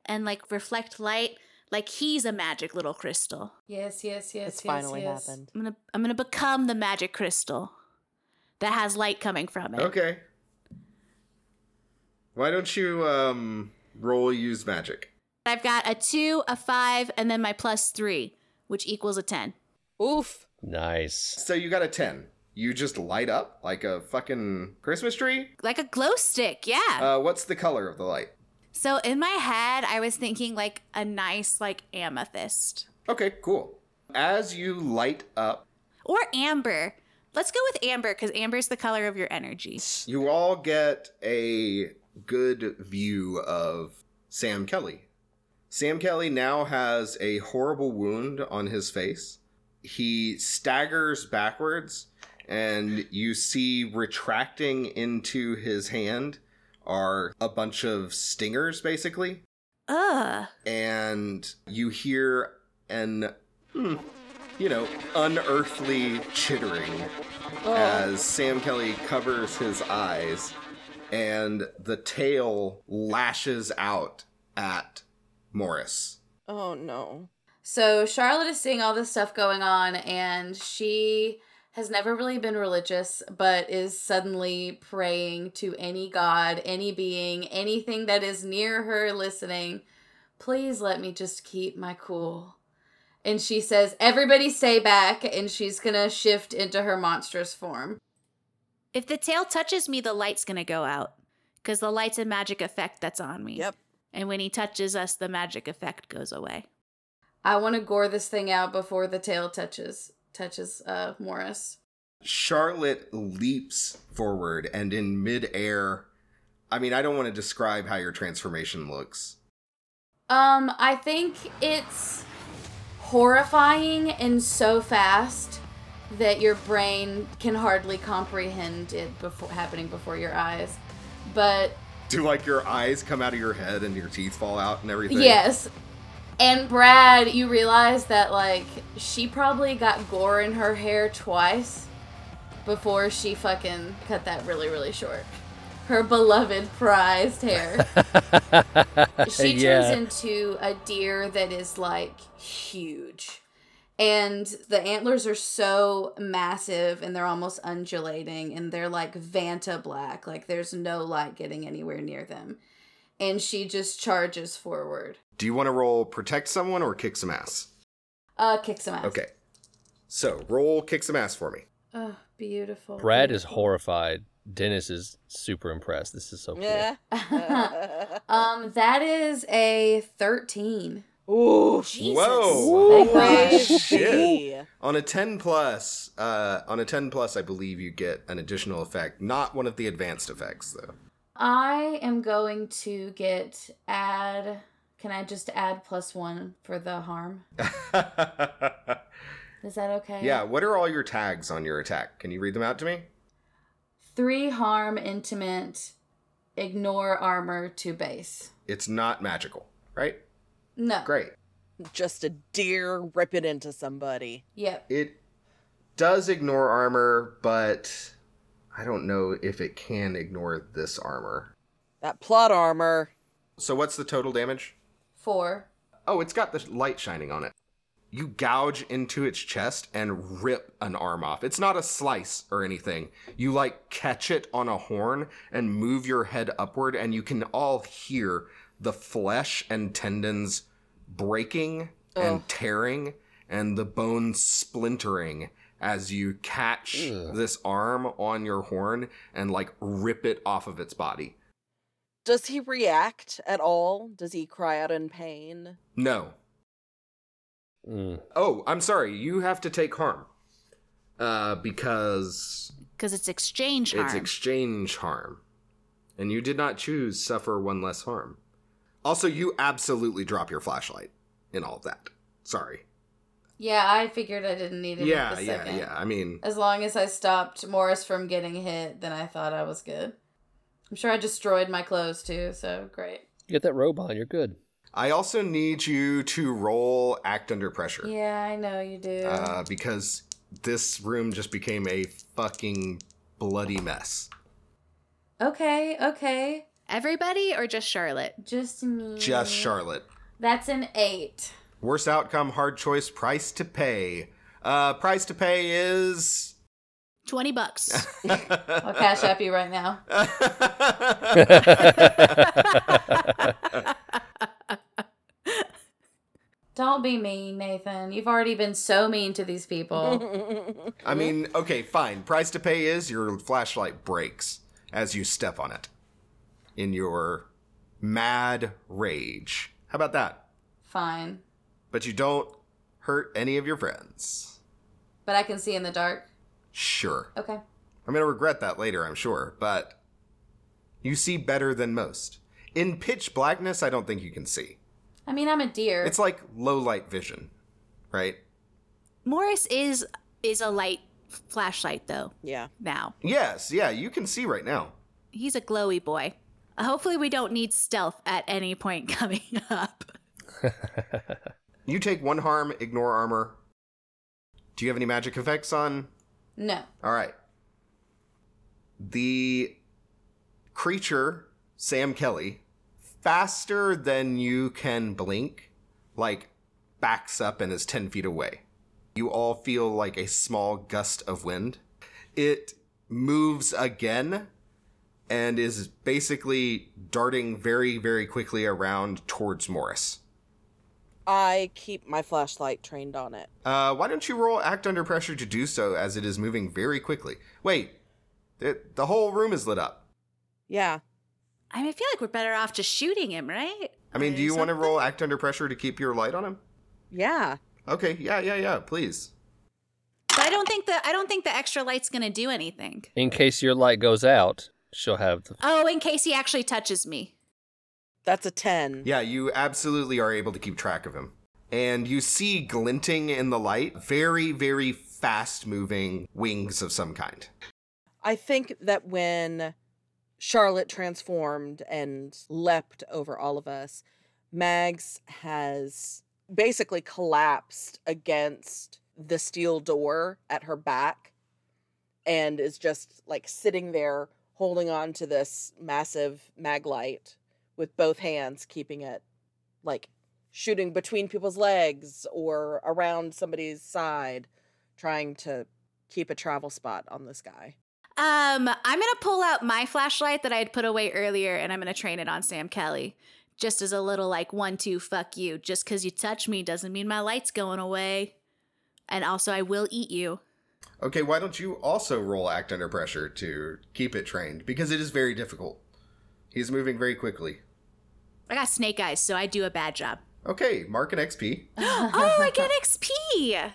Speaker 1: and like reflect light like he's a magic little crystal.
Speaker 5: Yes, yes, yes.
Speaker 2: It's
Speaker 5: yes,
Speaker 2: finally
Speaker 5: yes.
Speaker 2: happened.
Speaker 1: I'm going to I'm going to become the magic crystal that has light coming from it.
Speaker 3: Okay. Why don't you um roll use magic?
Speaker 1: I've got a 2, a 5 and then my plus 3, which equals a 10.
Speaker 2: Oof.
Speaker 4: Nice.
Speaker 3: So you got a 10. You just light up like a fucking Christmas tree?
Speaker 1: Like a glow stick. Yeah.
Speaker 3: Uh what's the color of the light?
Speaker 1: So in my head, I was thinking like a nice like amethyst
Speaker 3: Okay, cool. As you light up,
Speaker 1: or amber. Let's go with amber because amber's the color of your energy.
Speaker 3: you all get a good view of Sam Kelly. Sam Kelly now has a horrible wound on his face. He staggers backwards, and you see retracting into his hand are a bunch of stingers, basically.
Speaker 1: Ugh.
Speaker 3: And you hear an, hmm, you know, unearthly chittering
Speaker 2: Oh.
Speaker 3: as Sam Kelly covers his eyes and the tail lashes out at Morris.
Speaker 2: oh no.
Speaker 5: So Charlotte is seeing all this stuff going on, and she has never really been religious, but is suddenly praying to any god, any being, anything that is near her listening. Please let me just keep my cool. And she says, Everybody stay back. And she's going to shift into her monstrous form.
Speaker 1: If the tail touches me, the light's gonna go out because the light's a magic effect that's on me.
Speaker 2: Yep.
Speaker 1: And when he touches us, the magic effect goes away.
Speaker 5: I want to gore this thing out before the tail touches touches uh Morris.
Speaker 3: Charlotte leaps forward and in midair. I mean, I don't want to describe how your transformation looks.
Speaker 5: Um, I think it's horrifying and so fast that your brain can hardly comprehend it before happening before your eyes. But
Speaker 3: Do like your eyes come out of your head and your teeth fall out and everything?
Speaker 5: yes, And Brad, you realize that like she probably got gore in her hair twice before she fucking cut that really really short. Her beloved prized hair. she turns
Speaker 4: Yeah.
Speaker 5: into a deer that is like huge. And the antlers are so massive and they're almost undulating and they're like Vanta black. Like there's no light getting anywhere near them. And she just charges forward.
Speaker 3: Do you want to roll protect someone or kick some ass?
Speaker 5: Uh, kick some ass.
Speaker 3: Okay. So roll kick some ass for me.
Speaker 5: Oh, beautiful.
Speaker 4: Brad is horrified. Dennis is super impressed. This is so
Speaker 3: Oh,
Speaker 4: cool.
Speaker 2: Yeah.
Speaker 5: um, that is a thirteen.
Speaker 2: Ooh.
Speaker 1: Jesus.
Speaker 3: Whoa! Oh, Holy
Speaker 5: Crazy.
Speaker 3: shit! On a ten plus, uh, on a ten plus, I believe you get an additional effect, not one of the advanced effects though.
Speaker 5: I am going to get add. Can I just add plus one for the harm? Is that okay?
Speaker 3: yeah. What are all your tags on your attack? Can you read them out to me?
Speaker 5: Three harm, intimate, ignore armor to base.
Speaker 3: It's not magical, right?
Speaker 5: No.
Speaker 3: Great.
Speaker 2: Just a deer ripping into somebody.
Speaker 5: Yep.
Speaker 3: It does ignore armor, but I don't know if it can ignore this armor.
Speaker 2: That plot armor.
Speaker 3: So what's the total damage?
Speaker 5: Four.
Speaker 3: Oh, it's got the light shining on it. You gouge into its chest and rip an arm off. It's not a slice or anything. You like catch it on a horn and move your head upward, and you can all hear the flesh and tendons breaking
Speaker 2: Ugh.
Speaker 3: and tearing and the bones splintering as you catch
Speaker 4: Ugh.
Speaker 3: this arm on your horn and like rip it off of its body.
Speaker 2: Does he react at all? Does he cry out in pain?
Speaker 3: No,
Speaker 4: Mm.
Speaker 3: Oh, I'm sorry. You have to take harm. Uh, because
Speaker 1: Because it's exchange harm.
Speaker 3: it's exchange harm. And you did not choose suffer one less harm. Also, you absolutely drop your flashlight in all of that. Sorry.
Speaker 5: Yeah, I figured I didn't need it. at
Speaker 3: Yeah,
Speaker 5: the
Speaker 3: yeah,
Speaker 5: second.
Speaker 3: yeah. I mean,
Speaker 5: As long as I stopped Morris from getting hit, then I thought I was good. I'm sure I destroyed my clothes too, so great.
Speaker 4: You get that robe on, you're good.
Speaker 3: I also need you to roll act under pressure.
Speaker 5: Yeah, I know you do.
Speaker 3: Uh, because this room just became a fucking bloody mess.
Speaker 5: okay, okay.
Speaker 1: Everybody or just Charlotte?
Speaker 5: Just me.
Speaker 3: Just Charlotte.
Speaker 5: That's an eight.
Speaker 3: Worst outcome, hard choice, price to pay. Uh, price to pay is
Speaker 1: 20 bucks.
Speaker 5: I'll cash up you right now. Don't be mean, Nathan. You've already been so mean to these people.
Speaker 3: I mean, okay, fine. Price to pay is your flashlight breaks as you step on it in your mad rage. How about that?
Speaker 5: Fine.
Speaker 3: But you don't hurt any of your friends.
Speaker 5: But I can see in the dark.
Speaker 3: Sure.
Speaker 5: Okay.
Speaker 3: I'm going to regret that later, I'm sure, but you see better than most. In pitch blackness, I don't think you can see.
Speaker 5: I mean, I'm a deer.
Speaker 3: It's like low light vision, right?
Speaker 1: Morris is is a light flashlight though
Speaker 2: yeah.
Speaker 1: now.
Speaker 3: Yes, yeah, you can see right now.
Speaker 1: He's a glowy boy. Uh, Hopefully we don't need stealth at any point coming up.
Speaker 3: You take one harm, ignore armor. Do you have any magic effects on?
Speaker 5: no.
Speaker 3: All right. The creature, Sam Kelly, faster than you can blink, like backs up and is 10 feet away. You all feel like a small gust of wind. It moves again and is basically darting very, very quickly around towards Morris.
Speaker 2: I keep my flashlight trained on it.
Speaker 3: Uh, why don't you roll act under pressure to do so as it is moving very quickly? Wait, the, the whole room is lit up.
Speaker 2: Yeah.
Speaker 1: I mean, I feel like we're better off just shooting him, right?
Speaker 3: I mean, do
Speaker 1: Or
Speaker 3: you want to
Speaker 1: something?
Speaker 3: roll act under pressure to keep your light on him?
Speaker 2: Yeah.
Speaker 3: Okay, yeah, yeah, yeah, please.
Speaker 1: But I don't think the I don't think the extra light's gonna do anything.
Speaker 4: In case your light goes out, she'll have the.
Speaker 1: Oh, in case he actually touches me.
Speaker 2: That's a 10.
Speaker 3: Yeah, you absolutely are able to keep track of him. And you see glinting in the light, very, very fast moving wings of some kind.
Speaker 2: I think that when Charlotte transformed and leapt over all of us, Mags has basically collapsed against the steel door at her back and is just like sitting there holding on to this massive mag light with both hands, keeping it like shooting between people's legs or around somebody's side, trying to keep a travel spot on this guy.
Speaker 1: Um, I'm gonna pull out my flashlight that I had put away earlier, and I'm gonna train it on Sam Kelly, just as a little like one two fuck you. Just because you touch me doesn't mean my light's going away, and also I will eat you.
Speaker 3: Okay, why don't you also roll act under pressure to keep it trained? Because it is very difficult. He's moving very quickly.
Speaker 1: I got snake eyes, so I do a bad job.
Speaker 3: Okay, mark an XP.
Speaker 1: oh, I get XP.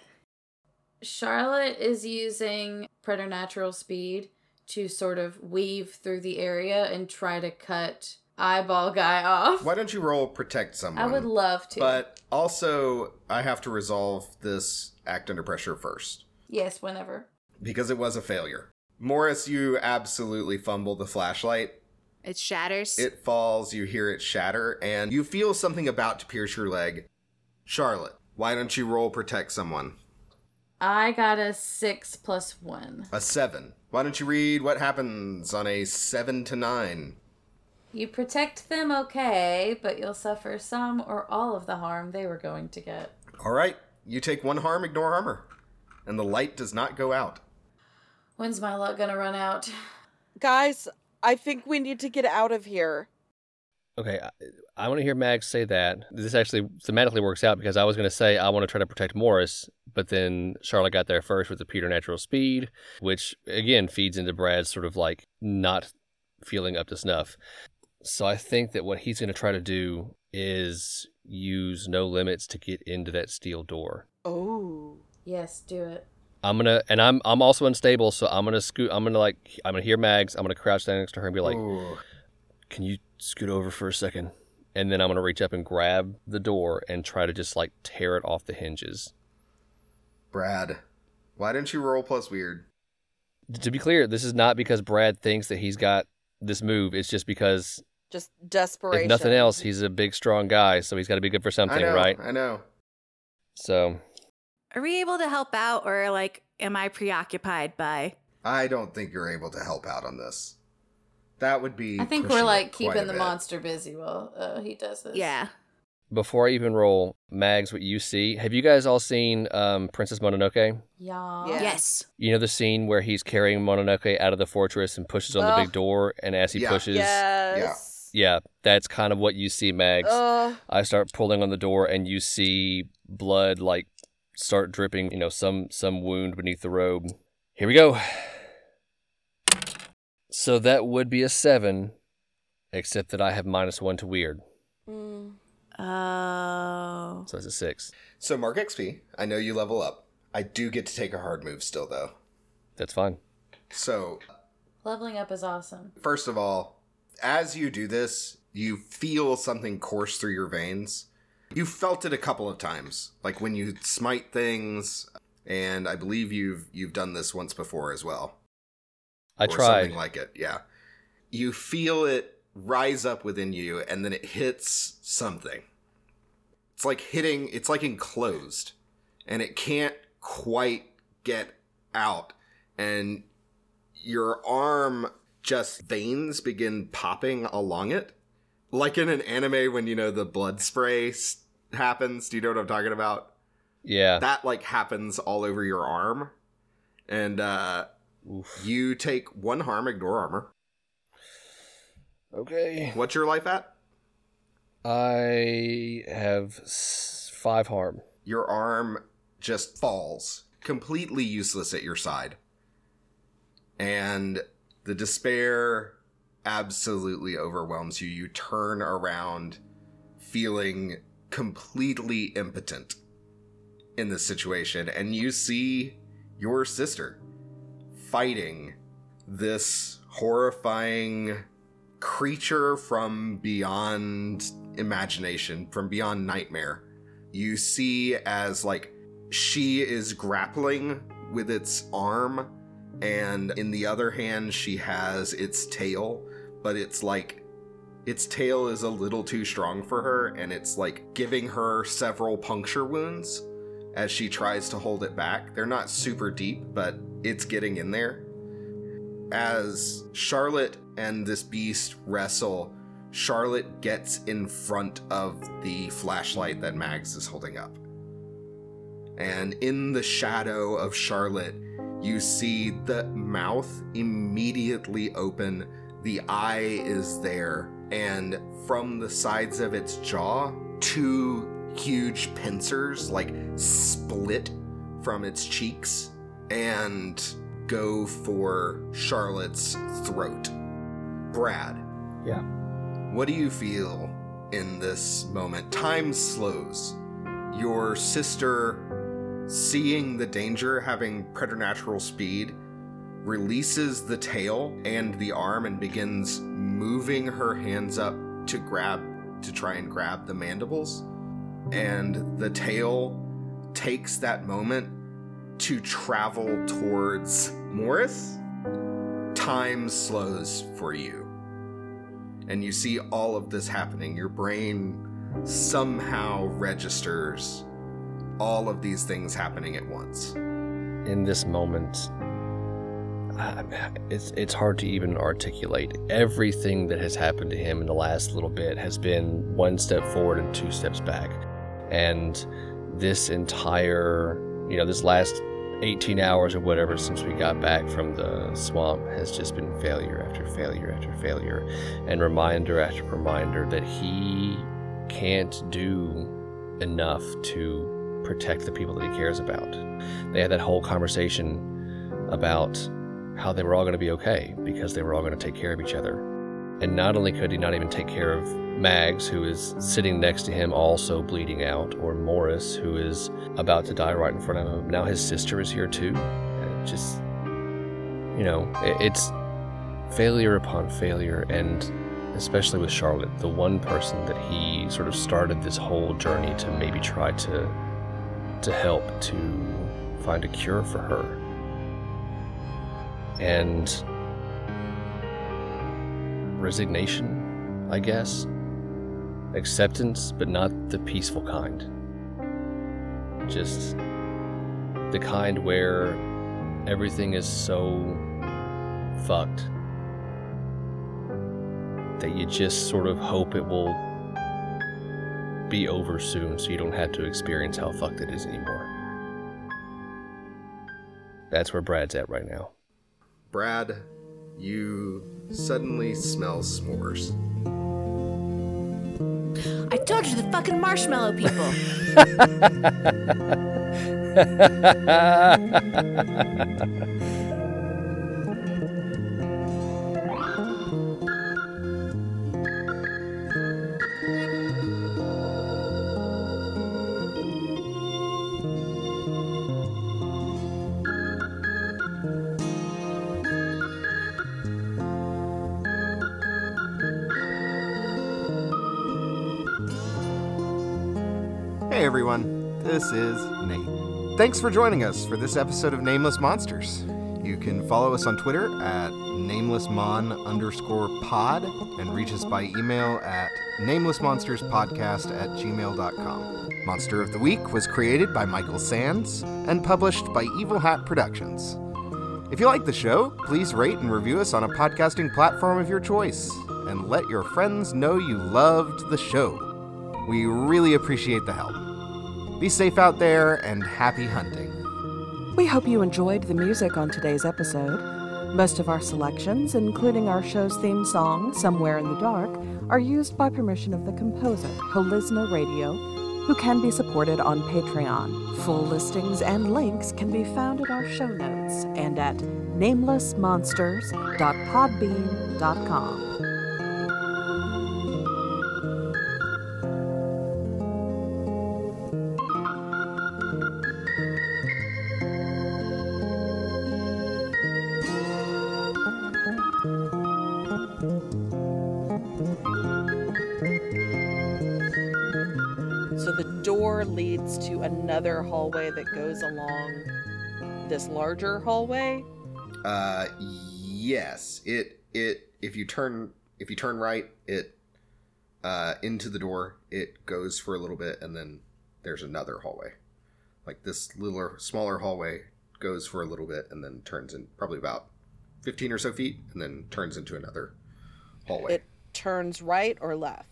Speaker 5: Charlotte is using preternatural speed to sort of weave through the area and try to cut eyeball guy off.
Speaker 3: Why don't you roll protect someone?
Speaker 5: I would love to.
Speaker 3: But also, I have to resolve this act under pressure first
Speaker 5: yes, whenever.
Speaker 3: because it was a failure. Morris, you absolutely fumbled the flashlight.
Speaker 1: It shatters.
Speaker 3: It falls, you hear it shatter, and you feel something about to pierce your leg. Charlotte, why don't you roll protect someone?
Speaker 5: I got a six plus one.
Speaker 3: A seven. Why don't you read what happens on a seven to nine?
Speaker 5: You protect them okay, but you'll suffer some or all of the harm they were going to get.
Speaker 3: All right, you take one harm, ignore armor, and the light does not go out.
Speaker 5: When's my luck gonna run out?
Speaker 2: Guys, I think we need to get out of here.
Speaker 4: Okay, I, I want to hear Mag say that. This actually thematically works out because I was going to say I want to try to protect Morris, but then Charlotte got there first with the preternatural speed, which again feeds into Brad's sort of like not feeling up to snuff. So I think that what he's going to try to do is use no limits to get into that steel door.
Speaker 2: Oh.
Speaker 5: Yes, do it.
Speaker 4: I'm gonna, and I'm I'm also unstable, so I'm gonna scoot. I'm gonna like, I'm gonna hear Mags. I'm gonna crouch down next to her and be like,
Speaker 3: Ooh.
Speaker 4: can you scoot over for a second? And then I'm going to reach up and grab the door and try to just like tear it off the hinges.
Speaker 3: Brad, why don't you roll plus weird?
Speaker 4: T- To be clear, this is not because Brad thinks that he's got this move. It's just because,
Speaker 2: Just
Speaker 4: if
Speaker 2: desperation.
Speaker 4: nothing else, he's a big, strong guy, so he's got to be good for something,
Speaker 3: I know,
Speaker 4: right?
Speaker 3: I know.
Speaker 4: So,
Speaker 1: Are we able to help out, or like, am I preoccupied by?
Speaker 3: I don't think you're able to help out on this. That would be.
Speaker 5: I think
Speaker 3: pushing
Speaker 5: we're
Speaker 3: it
Speaker 5: like
Speaker 3: quite a
Speaker 5: keeping the
Speaker 3: bit.
Speaker 5: monster busy while uh, he does this.
Speaker 1: Yeah.
Speaker 4: before I even roll, Mags, what you see, have you guys all seen um, Princess Mononoke?
Speaker 5: Yeah.
Speaker 2: Yeah.
Speaker 1: Yes.
Speaker 4: You know the scene where he's carrying Mononoke out of the fortress and pushes on
Speaker 2: Ugh.
Speaker 4: the big door, and as he
Speaker 3: Yeah.
Speaker 4: pushes,
Speaker 2: Yes.
Speaker 4: yeah, that's kind of what you see, Mags.
Speaker 2: Uh,
Speaker 4: I start pulling on the door and you see blood like start dripping, you know, some some wound beneath the robe. Here we go. So that would be a 7 except that I have minus 1 to weird.
Speaker 2: mm,
Speaker 1: Oh.
Speaker 4: So that's a 6.
Speaker 3: So mark XP. I know you level up. I do get to take a hard move still, though.
Speaker 4: That's fine.
Speaker 3: So
Speaker 5: Leveling up is awesome.
Speaker 3: first of all, as you do this, you feel something course through your veins. You felt it a couple of times, like when you smite things, and I believe you've you've done this once before as well.
Speaker 4: I
Speaker 3: or
Speaker 4: tried.
Speaker 3: something like it. Yeah, you feel it rise up within you, and then it hits something. It's like hitting. It's like enclosed, and it can't quite get out. And your arm just veins begin popping along it, like in an anime when you know the blood spray s- happens. Do you know what I'm talking about?
Speaker 4: yeah.
Speaker 3: that like happens all over your arm and uh you take one harm ignore armor
Speaker 4: okay.
Speaker 3: what's your life at
Speaker 4: I have s- 5 harm.
Speaker 3: your arm just falls completely useless at your side and the despair absolutely overwhelms you you turn around feeling completely impotent in this situation and you see your sister fighting this horrifying creature from beyond imagination from beyond nightmare you see as like she is grappling with its arm and in the other hand she has its tail but it's like Its tail is a little too strong for her, and it's like giving her several puncture wounds as she tries to hold it back. They're not super deep, but it's getting in there. As Charlotte and this beast wrestle, Charlotte gets in front of the flashlight that Mags is holding up. And in the shadow of Charlotte, you see the mouth immediately open, the eye is there, and from the sides of its jaw, two huge pincers like split from its cheeks and go for Charlotte's throat. Brad.
Speaker 4: Yeah.
Speaker 3: What do you feel in this moment? Time slows. Your sister, seeing the danger, having preternatural speed, releases the tail and the arm and begins moving her hands up to grab, to try and grab the mandibles and the tail takes that moment to travel towards Morris, time slows for you. And you see all of this happening. Your brain somehow registers all of these things happening at once.
Speaker 4: in this moment I- it's it's hard to even articulate everything that has happened to him in the last little bit has been one step forward and two steps back and this entire you know this last 18 hours or whatever since we got back from the swamp has just been failure after failure after failure and reminder after reminder that he can't do enough to protect the people that he cares about they had that whole conversation about how they were all going to be okay because they were all going to take care of each other. And not only could he not even take care of Mags, who is sitting next to him, also bleeding out, or Morris, who is about to die right in front of him. Now his sister is here too. And it just, you know, i- it's failure upon failure. And especially with Charlotte, the one person that he sort of started this whole journey to maybe try to to help to find a cure for her. And resignation, I guess. Acceptance, but not the peaceful kind. Just the kind where everything is so fucked that you just sort of hope it will be over soon so you don't have to experience how fucked it is anymore. That's where Brad's at right now.
Speaker 3: Brad, you suddenly smell s'mores.
Speaker 1: I told you the fucking marshmallow people.
Speaker 3: Hey everyone, this is Nate. Thanks for joining us for this episode of Nameless Monsters. You can follow us on Twitter at namelessmon underscore pod and reach us by email at namelessmonsterspodcast at gmail.com. Monster of the Week was created by Michael Sands and published by Evil Hat Productions. If you like the show, please rate and review us on a podcasting platform of your choice and let your friends know you loved the show. We really appreciate the help. Be safe out there and happy hunting.
Speaker 6: We hope you enjoyed the music on today's episode. Most of our selections, including our show's theme song, Somewhere in the Dark, are used by permission of the composer, Holisna Radio, who can be supported on Patreon. Full listings and links can be found in our show notes and at namelessmonsters.podbean.com.
Speaker 2: So the door leads to another hallway that goes along this larger hallway.
Speaker 3: Uh, yes. It it if you turn if you turn right, it uh, into the door. It goes for a little bit, and then there's another hallway. Like this littler, smaller hallway goes for a little bit, and then turns in probably about fifteen or so feet, and then turns into another hallway.
Speaker 2: It turns right or left.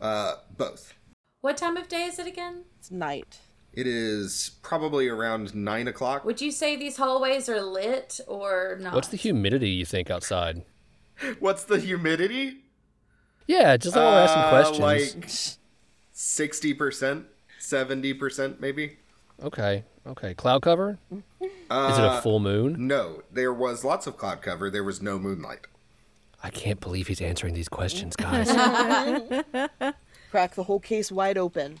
Speaker 3: uh, both.
Speaker 5: What time of day is it again?
Speaker 2: It's night.
Speaker 3: It is probably around nine o'clock.
Speaker 5: Would you say these hallways are lit or not?
Speaker 4: What's the humidity you think outside?
Speaker 3: What's the humidity?
Speaker 4: Yeah, just like we're asking questions.
Speaker 3: Uh, Like sixty percent, seventy percent, maybe.
Speaker 4: Okay, okay. Cloud cover? Is it a full moon?
Speaker 3: Uh, No, there was lots of cloud cover. There was no moonlight.
Speaker 4: I can't believe he's answering these questions, guys.
Speaker 2: Crack the whole case wide open.